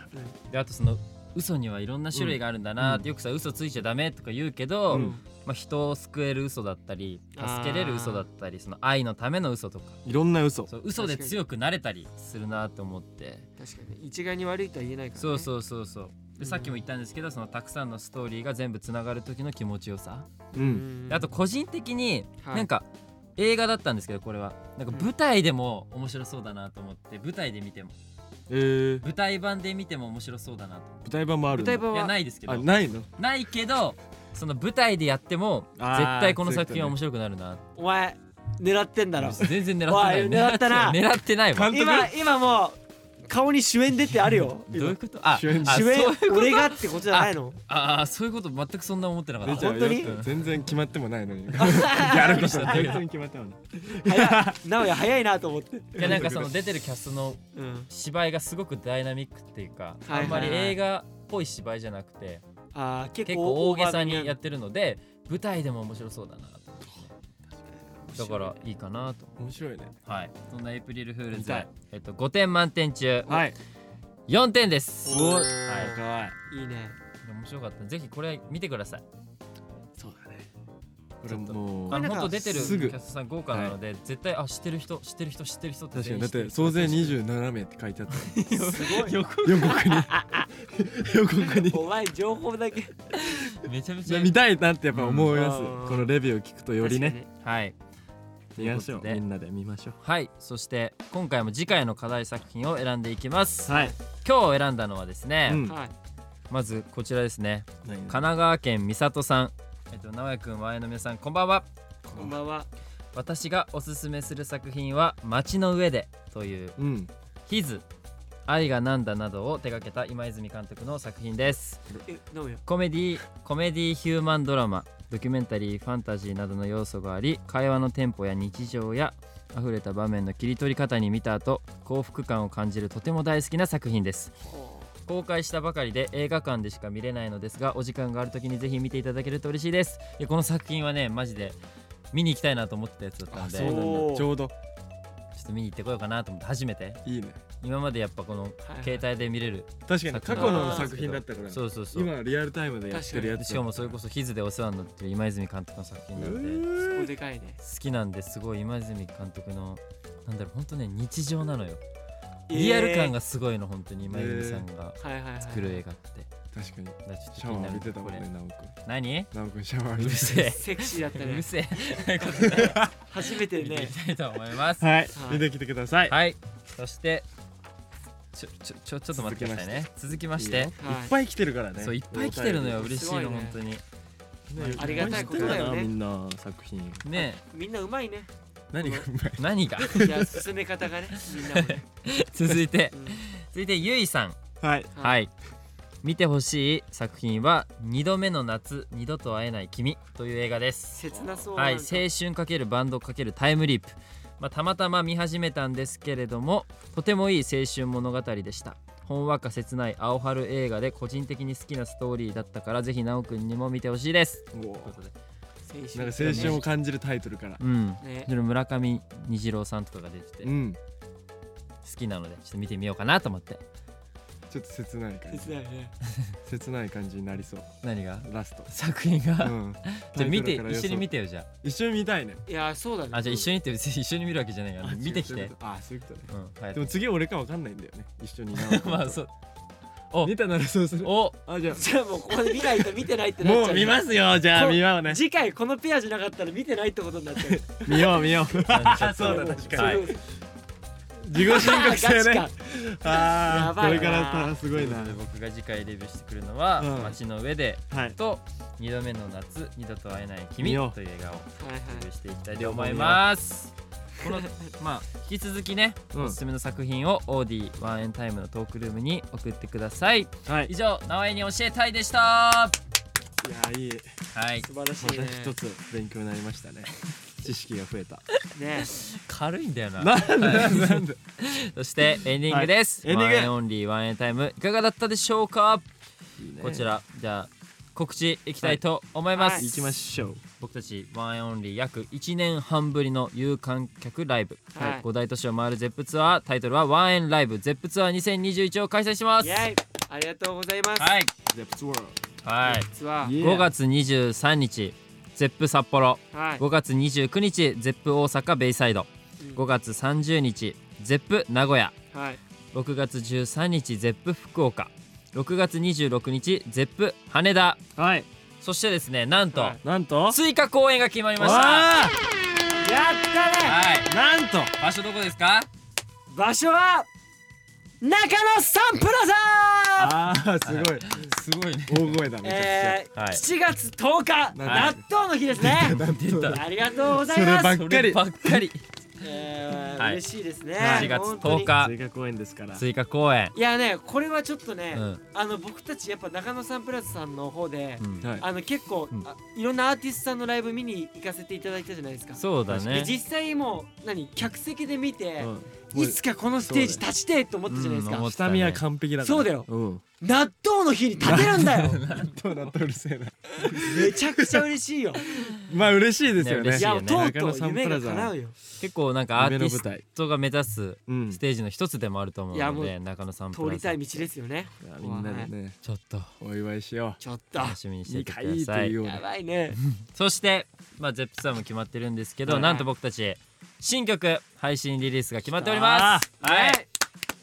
[SPEAKER 3] であとその嘘にはいろんな種類があるんだなって、よくさ嘘ついちゃダメとか言うけど、
[SPEAKER 1] うん
[SPEAKER 3] まあ、人を救える嘘だったり助けれる嘘だったりその愛のための嘘とか
[SPEAKER 1] いろんな嘘
[SPEAKER 3] そう嘘で強くなれたりするなと思って
[SPEAKER 2] 確かに一概に悪いとは言えないから、ね、
[SPEAKER 3] そう
[SPEAKER 2] う
[SPEAKER 3] そうそうそう
[SPEAKER 2] うん
[SPEAKER 3] でさっきも言ったんですけどそのたくさんのストーリーが全部つながる時の気持ちよさ
[SPEAKER 1] う
[SPEAKER 2] うんん
[SPEAKER 3] であと個人的に
[SPEAKER 2] はい
[SPEAKER 3] なんか映画だったんですけどこれはなんか舞台でも面白そうだなと思って舞台で見ても
[SPEAKER 1] えー、
[SPEAKER 3] 舞台版で見ても面白そうだなと
[SPEAKER 1] 舞台版もある
[SPEAKER 2] 舞
[SPEAKER 1] んだ
[SPEAKER 2] 台版
[SPEAKER 3] いや
[SPEAKER 2] は
[SPEAKER 3] ないですけど
[SPEAKER 1] あないの
[SPEAKER 3] ないけどその舞台でやっても絶
[SPEAKER 1] あー
[SPEAKER 3] 対この作品は面白くなるな
[SPEAKER 2] お前狙ってんだろ
[SPEAKER 3] 全然狙ってないよ
[SPEAKER 2] おい狙ったな
[SPEAKER 3] 狙ってないわ
[SPEAKER 1] 監督
[SPEAKER 2] 今今もう顔に主演出てあるよ
[SPEAKER 3] どういうこと
[SPEAKER 1] 主演
[SPEAKER 3] あ
[SPEAKER 2] 主演
[SPEAKER 3] そういうこと
[SPEAKER 2] 俺がってことじゃないの
[SPEAKER 3] ああそういうこと全くそんな思ってなか
[SPEAKER 1] 出
[SPEAKER 3] っ
[SPEAKER 1] ち
[SPEAKER 3] た
[SPEAKER 1] ゃうよ
[SPEAKER 2] 本当
[SPEAKER 3] に
[SPEAKER 1] 全然決まってもない のにやることは全然決まってもない
[SPEAKER 2] 早いなおや早いなと思って、
[SPEAKER 3] いやなんかその出てるキャストの
[SPEAKER 2] うん、
[SPEAKER 3] 芝居がすごくダイナミックっていうか、
[SPEAKER 2] はいはいはい
[SPEAKER 3] あんまり映画っぽい芝居じゃなくて
[SPEAKER 2] あー結
[SPEAKER 3] 結
[SPEAKER 2] 構
[SPEAKER 3] 構大げさにや
[SPEAKER 2] っ
[SPEAKER 3] ってるので舞台でも面白そうだなと思ってだからいいかなと
[SPEAKER 1] 面白いね
[SPEAKER 3] はいそんなエイプリルフール
[SPEAKER 1] 見
[SPEAKER 3] ズ
[SPEAKER 1] たい、
[SPEAKER 3] えっと、5点満点中
[SPEAKER 1] はい
[SPEAKER 3] 4点です
[SPEAKER 2] おー
[SPEAKER 3] はい
[SPEAKER 1] わい
[SPEAKER 2] いい ね
[SPEAKER 3] 面白かったぜひこれ見てください
[SPEAKER 1] そうだねこ
[SPEAKER 3] ち
[SPEAKER 1] れ
[SPEAKER 3] ょっと
[SPEAKER 1] もう
[SPEAKER 3] あ
[SPEAKER 2] れなんか
[SPEAKER 3] の本当出てる
[SPEAKER 1] すぐ
[SPEAKER 3] キャストさん豪華なので、絶対あ知ってる人知ってる人知ってる人って
[SPEAKER 1] 確かに
[SPEAKER 3] 全員
[SPEAKER 1] だ
[SPEAKER 3] 知
[SPEAKER 1] っ
[SPEAKER 3] ってる
[SPEAKER 1] て
[SPEAKER 3] 人
[SPEAKER 1] 総勢27名って書いてあった
[SPEAKER 3] すごい
[SPEAKER 1] 予告 に予告 に
[SPEAKER 2] お前情報だけ
[SPEAKER 3] めちゃめち
[SPEAKER 1] じゃ
[SPEAKER 3] ゃ
[SPEAKER 1] あ見たいなってやっぱ思います、
[SPEAKER 2] うん
[SPEAKER 1] このレビューを聞くとよりね
[SPEAKER 3] はい
[SPEAKER 1] 見ましょう
[SPEAKER 3] ということで
[SPEAKER 1] みんなで見ましょう
[SPEAKER 3] はいそして今回も次回の課題作品を選んでいきます
[SPEAKER 1] はい、
[SPEAKER 3] 今日選んだのはですね、
[SPEAKER 1] うん、
[SPEAKER 2] はい
[SPEAKER 3] まずこちらですね
[SPEAKER 1] 何
[SPEAKER 3] 神奈川県美里さんえっと直哉くんワイの皆さんこんばんは
[SPEAKER 2] こんばんは
[SPEAKER 3] 私がおすすめする作品は「街の上で」という
[SPEAKER 1] うん
[SPEAKER 3] 「ヒズ愛がなんだ」などを手掛けた今泉監督の作品です
[SPEAKER 2] え飲むよ
[SPEAKER 3] コメディコメディヒューマンドラマドキュメンタリーファンタジーなどの要素があり会話のテンポや日常や溢れた場面の切り取り方に見た後幸福感を感じるとても大好きな作品です公開したばかりで映画館でしか見れないのですがお時間がある時にぜひ見ていただけると嬉しいですいやこの作品はねマジで見に行きたいなと思ってたやつだったんでち
[SPEAKER 1] そう
[SPEAKER 3] ょ
[SPEAKER 1] なん
[SPEAKER 2] おー
[SPEAKER 1] だちょうど
[SPEAKER 3] っと見に行ってこようかなと思って初めて
[SPEAKER 1] いいね
[SPEAKER 3] 今までやっぱこの
[SPEAKER 2] はい
[SPEAKER 3] 携帯で見れる
[SPEAKER 1] 確かに過去の
[SPEAKER 2] あー
[SPEAKER 1] 作品だったから
[SPEAKER 3] そうそうそう
[SPEAKER 1] 今リアルタイムでやってるやつだ
[SPEAKER 3] しかもそれこそヒズでお世話になってる今泉監督の作品なので、
[SPEAKER 2] こ
[SPEAKER 1] う
[SPEAKER 2] れ
[SPEAKER 1] ー
[SPEAKER 2] でかいね
[SPEAKER 3] 好きなんですごい今泉監督のなんだろう本当ね日常なのよリアル感がすごいの本当に今泉さんが
[SPEAKER 2] えーはいはいはい
[SPEAKER 3] 作る映画って、
[SPEAKER 1] 確かに
[SPEAKER 3] だからちょっと
[SPEAKER 1] シ
[SPEAKER 3] 気
[SPEAKER 1] ャワ
[SPEAKER 3] に
[SPEAKER 1] ー
[SPEAKER 3] な
[SPEAKER 1] 浴
[SPEAKER 3] る
[SPEAKER 1] びてたもん
[SPEAKER 3] こ
[SPEAKER 1] ね
[SPEAKER 3] れ
[SPEAKER 1] ナオく
[SPEAKER 3] 何
[SPEAKER 1] んナオくんシャワー
[SPEAKER 3] う
[SPEAKER 1] 浴
[SPEAKER 3] る
[SPEAKER 1] びて
[SPEAKER 3] せえ
[SPEAKER 2] セクシーだった
[SPEAKER 3] うる
[SPEAKER 2] ね
[SPEAKER 3] せえ
[SPEAKER 2] 初めて
[SPEAKER 3] 見て
[SPEAKER 2] ね
[SPEAKER 3] いきたいと思います
[SPEAKER 1] はい
[SPEAKER 2] はい
[SPEAKER 1] 見てきてください
[SPEAKER 3] はいそしてちょちょちょちょっと待ってくださいね続きまして
[SPEAKER 1] いいよ
[SPEAKER 2] はい
[SPEAKER 1] いっぱい来てるからね
[SPEAKER 3] そういっぱい来てるのよ
[SPEAKER 1] お便
[SPEAKER 3] 嬉しい
[SPEAKER 2] すごいね
[SPEAKER 3] の本当に
[SPEAKER 1] りね
[SPEAKER 2] ありがたいことだよね
[SPEAKER 1] いっぱい来てるなみんな作品
[SPEAKER 3] ね
[SPEAKER 2] みんなうまいね
[SPEAKER 1] 何がうまい
[SPEAKER 3] え何が
[SPEAKER 2] いや進め方がねみんなもね
[SPEAKER 3] 続いて
[SPEAKER 2] うん
[SPEAKER 3] 続いてゆいさん
[SPEAKER 1] はい
[SPEAKER 3] はい、見てほしい作品は「二度目の夏二度と会えない君」という映画です、
[SPEAKER 2] 切なそう
[SPEAKER 3] はい、
[SPEAKER 2] なん
[SPEAKER 3] 青
[SPEAKER 2] か
[SPEAKER 3] 春×バンド×タイムリープ、まあ、たまたま見始めたんですけれどもとてもいい青春物語でしたほんわか切ない青春映画で個人的に好きなストーリーだったからぜひ奈くんにも見てほしいです
[SPEAKER 1] お
[SPEAKER 3] ということで
[SPEAKER 2] 青春
[SPEAKER 1] なんか青春を感じるタイトルから
[SPEAKER 3] うん
[SPEAKER 2] ね
[SPEAKER 3] それ村上虹郎さんとかが出てて
[SPEAKER 1] う
[SPEAKER 3] 好
[SPEAKER 1] ん
[SPEAKER 3] きなのでちょっと見てみようかなと思って
[SPEAKER 1] ちょっと切ない感じ
[SPEAKER 2] 切ないね
[SPEAKER 1] 切ない感じになりそう
[SPEAKER 3] 何が
[SPEAKER 1] ラスト
[SPEAKER 3] 作品が、
[SPEAKER 1] うん
[SPEAKER 3] じゃあ見て
[SPEAKER 1] タイトルから予想
[SPEAKER 3] 一緒に見てよじゃあ
[SPEAKER 1] 一緒に見たいね
[SPEAKER 2] いやそうだね
[SPEAKER 3] あじゃあ一緒にって別に一緒に見るわけじゃないから見てき
[SPEAKER 1] そういう
[SPEAKER 3] て
[SPEAKER 1] こ。とあそういうことね
[SPEAKER 3] うん、はい
[SPEAKER 1] でも次俺かわかんないんだよね一緒にナオ君と
[SPEAKER 3] まあそう。お
[SPEAKER 1] 見たならそうする
[SPEAKER 3] お
[SPEAKER 1] あじゃ
[SPEAKER 2] じゃあもうここで見ないと見てないって
[SPEAKER 1] あ
[SPEAKER 2] なっちゃう
[SPEAKER 1] もう見ますよじゃあ
[SPEAKER 2] こう
[SPEAKER 1] 見ようね
[SPEAKER 2] 次回このペアじゃなかったら見てないってことになっちゃ う
[SPEAKER 1] 見よう見よう
[SPEAKER 3] あ
[SPEAKER 1] そうだ
[SPEAKER 2] も
[SPEAKER 1] 確かに
[SPEAKER 2] そう
[SPEAKER 1] 自己申告制ねあ
[SPEAKER 2] や
[SPEAKER 1] あこ
[SPEAKER 2] ばいな
[SPEAKER 1] れからさすごいな
[SPEAKER 3] ということで僕が次回レビューしてくるのは
[SPEAKER 1] うん
[SPEAKER 3] 「街の上で
[SPEAKER 1] はい」
[SPEAKER 3] と「二度目の夏二度と会えない君
[SPEAKER 1] 見よ」う
[SPEAKER 3] という映画を
[SPEAKER 2] はいはい
[SPEAKER 3] レビューしていきたいと思います。この まあ引き続きね、
[SPEAKER 1] うん
[SPEAKER 3] おすすめの作品をオーディワンエンタイムのトークルームに送ってください。
[SPEAKER 1] はい
[SPEAKER 3] 以上直江に教えたいでした。
[SPEAKER 1] いやーいい
[SPEAKER 3] はい。
[SPEAKER 2] 素晴らし
[SPEAKER 1] ま
[SPEAKER 2] い
[SPEAKER 1] た
[SPEAKER 2] ね
[SPEAKER 1] 一つ勉強になりましたね知識が増えた
[SPEAKER 2] ね
[SPEAKER 3] 軽いんだよな。
[SPEAKER 1] なんでなんで
[SPEAKER 3] そしてエンディングです。
[SPEAKER 1] はいエンディング
[SPEAKER 3] ワンエンオンリーワンエンタイムいかがだったでしょうか。
[SPEAKER 1] いいね
[SPEAKER 3] こちらじゃあ告知いきたいと思います、
[SPEAKER 2] はい
[SPEAKER 1] 行きましょう
[SPEAKER 3] 僕たちワンエンオンリー約1年半ぶりの有観客ライブ、
[SPEAKER 2] はい
[SPEAKER 3] 5大都市を回るゼップツアータイトルはワンエンライブゼップツアー2021を開催します
[SPEAKER 2] イ
[SPEAKER 3] はい
[SPEAKER 2] エイありがとうございます
[SPEAKER 3] はい
[SPEAKER 1] ゼップツワー
[SPEAKER 3] はい
[SPEAKER 2] 実は
[SPEAKER 1] イエー
[SPEAKER 3] 5月23日ゼップ札幌
[SPEAKER 2] はい
[SPEAKER 3] 5月29日ゼップ大阪ベイサイド
[SPEAKER 2] うん
[SPEAKER 3] 5月30日ゼップ名古屋
[SPEAKER 2] はい
[SPEAKER 3] 6月13日ゼップ福岡6月26日ゼップ羽田
[SPEAKER 4] はい
[SPEAKER 3] そしてですねなんと、
[SPEAKER 2] はい
[SPEAKER 4] なんと
[SPEAKER 3] 追加公演が決まりましたは
[SPEAKER 4] わーやったね
[SPEAKER 3] い
[SPEAKER 4] なんと
[SPEAKER 3] 場所どこですか
[SPEAKER 2] 場所は中野サンプラザ
[SPEAKER 1] ああすごい
[SPEAKER 3] すごいね
[SPEAKER 1] 大声だめちゃ
[SPEAKER 2] えー
[SPEAKER 3] はい
[SPEAKER 2] 7月10日
[SPEAKER 1] は
[SPEAKER 2] 納
[SPEAKER 1] い
[SPEAKER 2] 豆の日ですね
[SPEAKER 1] くちゃ。
[SPEAKER 3] 出た
[SPEAKER 2] ありがとうござい
[SPEAKER 1] それ
[SPEAKER 2] ま
[SPEAKER 1] ば
[SPEAKER 2] す
[SPEAKER 1] っ
[SPEAKER 3] そ
[SPEAKER 1] か
[SPEAKER 3] れ
[SPEAKER 1] り
[SPEAKER 3] ばっかり
[SPEAKER 2] えー
[SPEAKER 3] はい
[SPEAKER 2] 嬉しいですね
[SPEAKER 1] はい
[SPEAKER 3] 4月
[SPEAKER 2] 本当に
[SPEAKER 3] 10日
[SPEAKER 1] 追加公演ですから。
[SPEAKER 3] 追加公演
[SPEAKER 2] いやねこれはちょっとね
[SPEAKER 3] うん
[SPEAKER 2] あの僕たちやっぱ中野サンプラザさんの方で
[SPEAKER 3] うん
[SPEAKER 1] はい。
[SPEAKER 2] あの結構
[SPEAKER 3] うん
[SPEAKER 2] あいろんなアーティストさんのライブ見に行かせていただいたじゃないですか
[SPEAKER 3] そうだ
[SPEAKER 2] で
[SPEAKER 3] ね
[SPEAKER 2] 実際もう何客席で見て
[SPEAKER 1] うん
[SPEAKER 2] いつかこのステージ立ちてえと思ったじゃないです
[SPEAKER 3] うん思
[SPEAKER 2] か
[SPEAKER 3] っ
[SPEAKER 1] 下見は完璧だから。
[SPEAKER 2] そうだよ
[SPEAKER 1] うん。
[SPEAKER 2] 納豆の日に立てるんだ よ
[SPEAKER 1] どうだったうるせえな。
[SPEAKER 2] めちゃくちゃ嬉しいよ
[SPEAKER 1] まあ嬉しいですよ
[SPEAKER 3] ね嬉
[SPEAKER 1] ね
[SPEAKER 2] い
[SPEAKER 3] し。
[SPEAKER 2] や
[SPEAKER 3] よね
[SPEAKER 2] とう
[SPEAKER 1] 中
[SPEAKER 2] と
[SPEAKER 1] 野
[SPEAKER 2] う
[SPEAKER 1] サンプ
[SPEAKER 2] 夢
[SPEAKER 1] ラ
[SPEAKER 2] が
[SPEAKER 1] ザ
[SPEAKER 2] 叶うよ
[SPEAKER 3] 結構なんかアーティス
[SPEAKER 1] 夢の舞
[SPEAKER 3] トが目指す
[SPEAKER 1] うん
[SPEAKER 3] ス。テージの一つでもあると思う
[SPEAKER 2] いや
[SPEAKER 3] の
[SPEAKER 2] も
[SPEAKER 3] で
[SPEAKER 2] う
[SPEAKER 3] 中野さんプ
[SPEAKER 2] 通
[SPEAKER 3] ラ
[SPEAKER 2] り
[SPEAKER 3] ザ
[SPEAKER 2] たい道ですよね
[SPEAKER 1] いやみんなでね
[SPEAKER 3] ちょっと
[SPEAKER 1] お祝いしよ
[SPEAKER 2] ちょっと
[SPEAKER 3] 楽しみに
[SPEAKER 1] う。
[SPEAKER 3] して
[SPEAKER 1] 二
[SPEAKER 3] いてく
[SPEAKER 1] 回と
[SPEAKER 3] ださ
[SPEAKER 1] いう
[SPEAKER 3] い
[SPEAKER 1] よう
[SPEAKER 2] や
[SPEAKER 1] な。
[SPEAKER 2] ばいね
[SPEAKER 3] そしてまあゼップさんも決まってるんですけど、
[SPEAKER 2] はい
[SPEAKER 3] なんと僕たち新曲配信リリースが決まっておりますはい
[SPEAKER 2] ね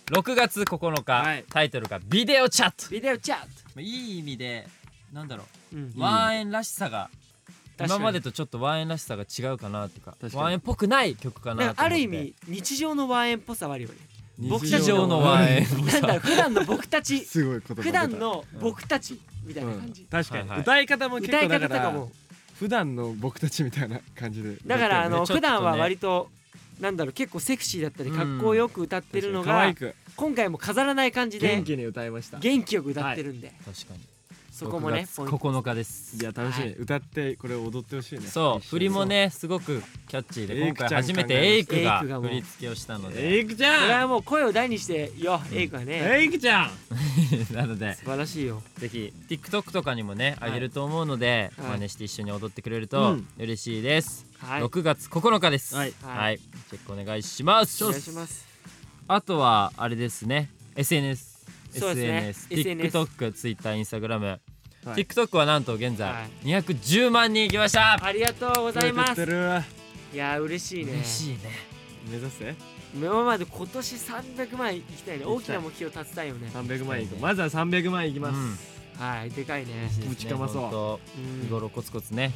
[SPEAKER 3] 6月9日、
[SPEAKER 4] はい
[SPEAKER 3] タイトルがビデオチャッ
[SPEAKER 2] ビデオチャット
[SPEAKER 3] トいい意味でなんだろ
[SPEAKER 2] うん
[SPEAKER 3] う、ワンエンらしさが
[SPEAKER 2] 確か
[SPEAKER 3] 今
[SPEAKER 2] に
[SPEAKER 3] までとちょっとワンエンらしさが違うかなっていうか
[SPEAKER 1] 確かに
[SPEAKER 3] ワンエンっぽくない曲かなと
[SPEAKER 2] な
[SPEAKER 3] 思
[SPEAKER 2] ん
[SPEAKER 3] って
[SPEAKER 2] かある意味日常のワンエンっぽさはあるよね僕た
[SPEAKER 3] 日
[SPEAKER 2] ち
[SPEAKER 3] 常のワンエン
[SPEAKER 2] なんだろう普段の僕た ち
[SPEAKER 1] すごい言葉出た
[SPEAKER 2] 普段の僕たちみたいな感じ
[SPEAKER 1] 確かに、
[SPEAKER 3] はいはい
[SPEAKER 1] 歌い方も結
[SPEAKER 2] 歌
[SPEAKER 1] 構
[SPEAKER 2] い
[SPEAKER 1] だ
[SPEAKER 2] 方
[SPEAKER 1] か
[SPEAKER 2] とからも
[SPEAKER 1] 普段の僕たちみたいな感じで歌ってるね
[SPEAKER 2] だからあの
[SPEAKER 3] ちょっとね
[SPEAKER 2] 普段は割となんだろう結構セクシーだったり
[SPEAKER 3] うん
[SPEAKER 2] かっこよく歌ってるの
[SPEAKER 1] 可
[SPEAKER 2] が
[SPEAKER 1] 愛く
[SPEAKER 2] 今回も飾らない感じで
[SPEAKER 1] 元気に歌いましたい
[SPEAKER 2] 元気よく歌ってるんで
[SPEAKER 3] 確かに
[SPEAKER 2] そこもねポイ
[SPEAKER 3] 6
[SPEAKER 2] ント
[SPEAKER 3] 月9日です
[SPEAKER 1] や楽しみ、
[SPEAKER 2] はい
[SPEAKER 1] 歌ってこれを踊ってほしいね
[SPEAKER 3] そう振りもねすごくキャッチーで今回初めてエイクが
[SPEAKER 2] エイクがも
[SPEAKER 3] 振
[SPEAKER 2] う
[SPEAKER 3] り付けをしたの
[SPEAKER 4] エ
[SPEAKER 3] で
[SPEAKER 4] イクち
[SPEAKER 2] これ
[SPEAKER 4] ゃん
[SPEAKER 2] はもう声を大にしてよエイクはね
[SPEAKER 4] エイクちゃん
[SPEAKER 3] なので
[SPEAKER 2] 素晴らしいよ
[SPEAKER 3] ぜひ TikTok とかにもねあげると思うので、
[SPEAKER 2] はい
[SPEAKER 3] 真似して一緒に踊ってくれると
[SPEAKER 1] うん
[SPEAKER 3] 嬉しいです、
[SPEAKER 2] はいお
[SPEAKER 3] 6月9日です
[SPEAKER 4] はい
[SPEAKER 2] はい
[SPEAKER 3] チェックお願いします
[SPEAKER 2] 願いします
[SPEAKER 3] あとはあれですね SNS
[SPEAKER 2] そうですね
[SPEAKER 3] SNS、TikTok、Twitter、Instagram、
[SPEAKER 1] はい
[SPEAKER 3] TikTok はなんと現在、
[SPEAKER 2] はい
[SPEAKER 3] 210万人いきました。
[SPEAKER 2] ありがとうご
[SPEAKER 1] ご
[SPEAKER 2] ざいます
[SPEAKER 1] るわ
[SPEAKER 2] いやー嬉しいね
[SPEAKER 3] 嬉しいね。
[SPEAKER 1] 目指せ
[SPEAKER 2] 今まで今年300万いきたいね
[SPEAKER 1] 行きたい
[SPEAKER 2] 大きな目標立てたいよね
[SPEAKER 1] 300万円いこ
[SPEAKER 3] そううね
[SPEAKER 1] まずは300万円いきます、
[SPEAKER 2] はいでかいね
[SPEAKER 3] 嬉しいですね
[SPEAKER 1] ぶちかまそう
[SPEAKER 3] 本当
[SPEAKER 2] うん
[SPEAKER 3] 日頃コツコツね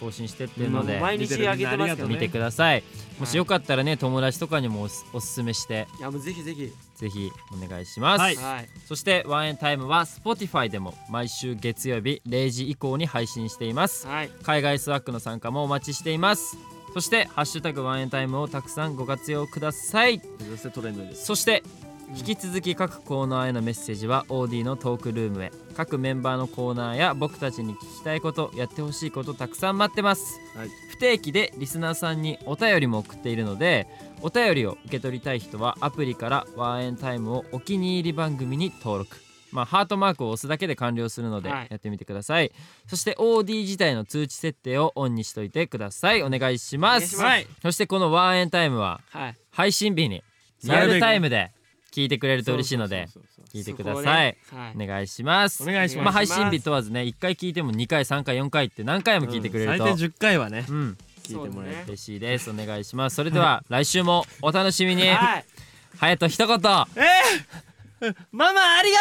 [SPEAKER 3] 更新してってるので、
[SPEAKER 2] うん毎日上げてますけど
[SPEAKER 3] 見て
[SPEAKER 2] ね
[SPEAKER 3] ください。もしよかったらね友達とかにもおすおすすめして
[SPEAKER 2] いやもうぜひぜひ
[SPEAKER 3] ぜひお願いします。
[SPEAKER 4] はい
[SPEAKER 2] はい
[SPEAKER 3] そしてワンエンタイムは Spotify でも毎週月曜日0時以降に配信しています。
[SPEAKER 2] はい
[SPEAKER 3] 海外スワックの参加もお待ちしていますそして「ハッシュタグワンエンタイム」をたくさんご活用ください
[SPEAKER 1] 目指せトレンドです
[SPEAKER 3] そして
[SPEAKER 2] うん
[SPEAKER 3] 引き続き各コーナーへのメッセージは OD のトークルームへ各メンバーのコーナーや僕たちに聞きたいことやってほしいことたくさん待ってます、
[SPEAKER 1] はい
[SPEAKER 3] 不定期でリスナーさんにお便りも送っているのでお便りを受け取りたい人はアプリからワンエンタイムをお気に入り番組に登録まあ、ハートマークを押すだけで完了するので
[SPEAKER 2] は
[SPEAKER 3] や
[SPEAKER 2] い
[SPEAKER 3] ってみてください、そして OD 自体の通知設定をオンにしといてくださいお願いします
[SPEAKER 2] お願いし
[SPEAKER 3] そしてこのワンエンタイムは
[SPEAKER 2] はい
[SPEAKER 3] 配信日にリ
[SPEAKER 1] な
[SPEAKER 3] ア
[SPEAKER 1] るべく
[SPEAKER 3] ルタイムで聞いてくれると嬉しいので
[SPEAKER 1] そうそうそうそう
[SPEAKER 3] 聞いてください、
[SPEAKER 2] そこをねはい
[SPEAKER 3] お願いします
[SPEAKER 1] お願いします
[SPEAKER 3] あ、配信日問わずね1回聞いても2回3回4回って何回も聞いてくれる
[SPEAKER 1] う
[SPEAKER 3] と、
[SPEAKER 1] ん最低10回はね
[SPEAKER 3] うん
[SPEAKER 1] 聞いてもらえ
[SPEAKER 2] そうね
[SPEAKER 3] 嬉しいですお願いしますそれでは来週もお楽し みに
[SPEAKER 2] はい
[SPEAKER 3] はやと一言バイ
[SPEAKER 4] ママありが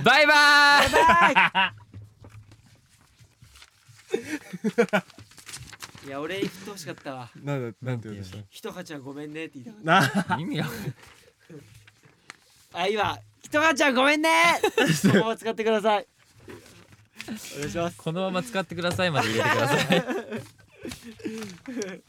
[SPEAKER 4] とう
[SPEAKER 3] バイ
[SPEAKER 2] いや俺言ってほしかったわ
[SPEAKER 1] なんだなんて言うんでした
[SPEAKER 2] ひとかちゃんごめんねって言いたかっ
[SPEAKER 1] な
[SPEAKER 3] 意味わかんない
[SPEAKER 2] たあ今ひとかちゃんごめんねそこを使ってください
[SPEAKER 3] このまま使ってくださいまで入れてください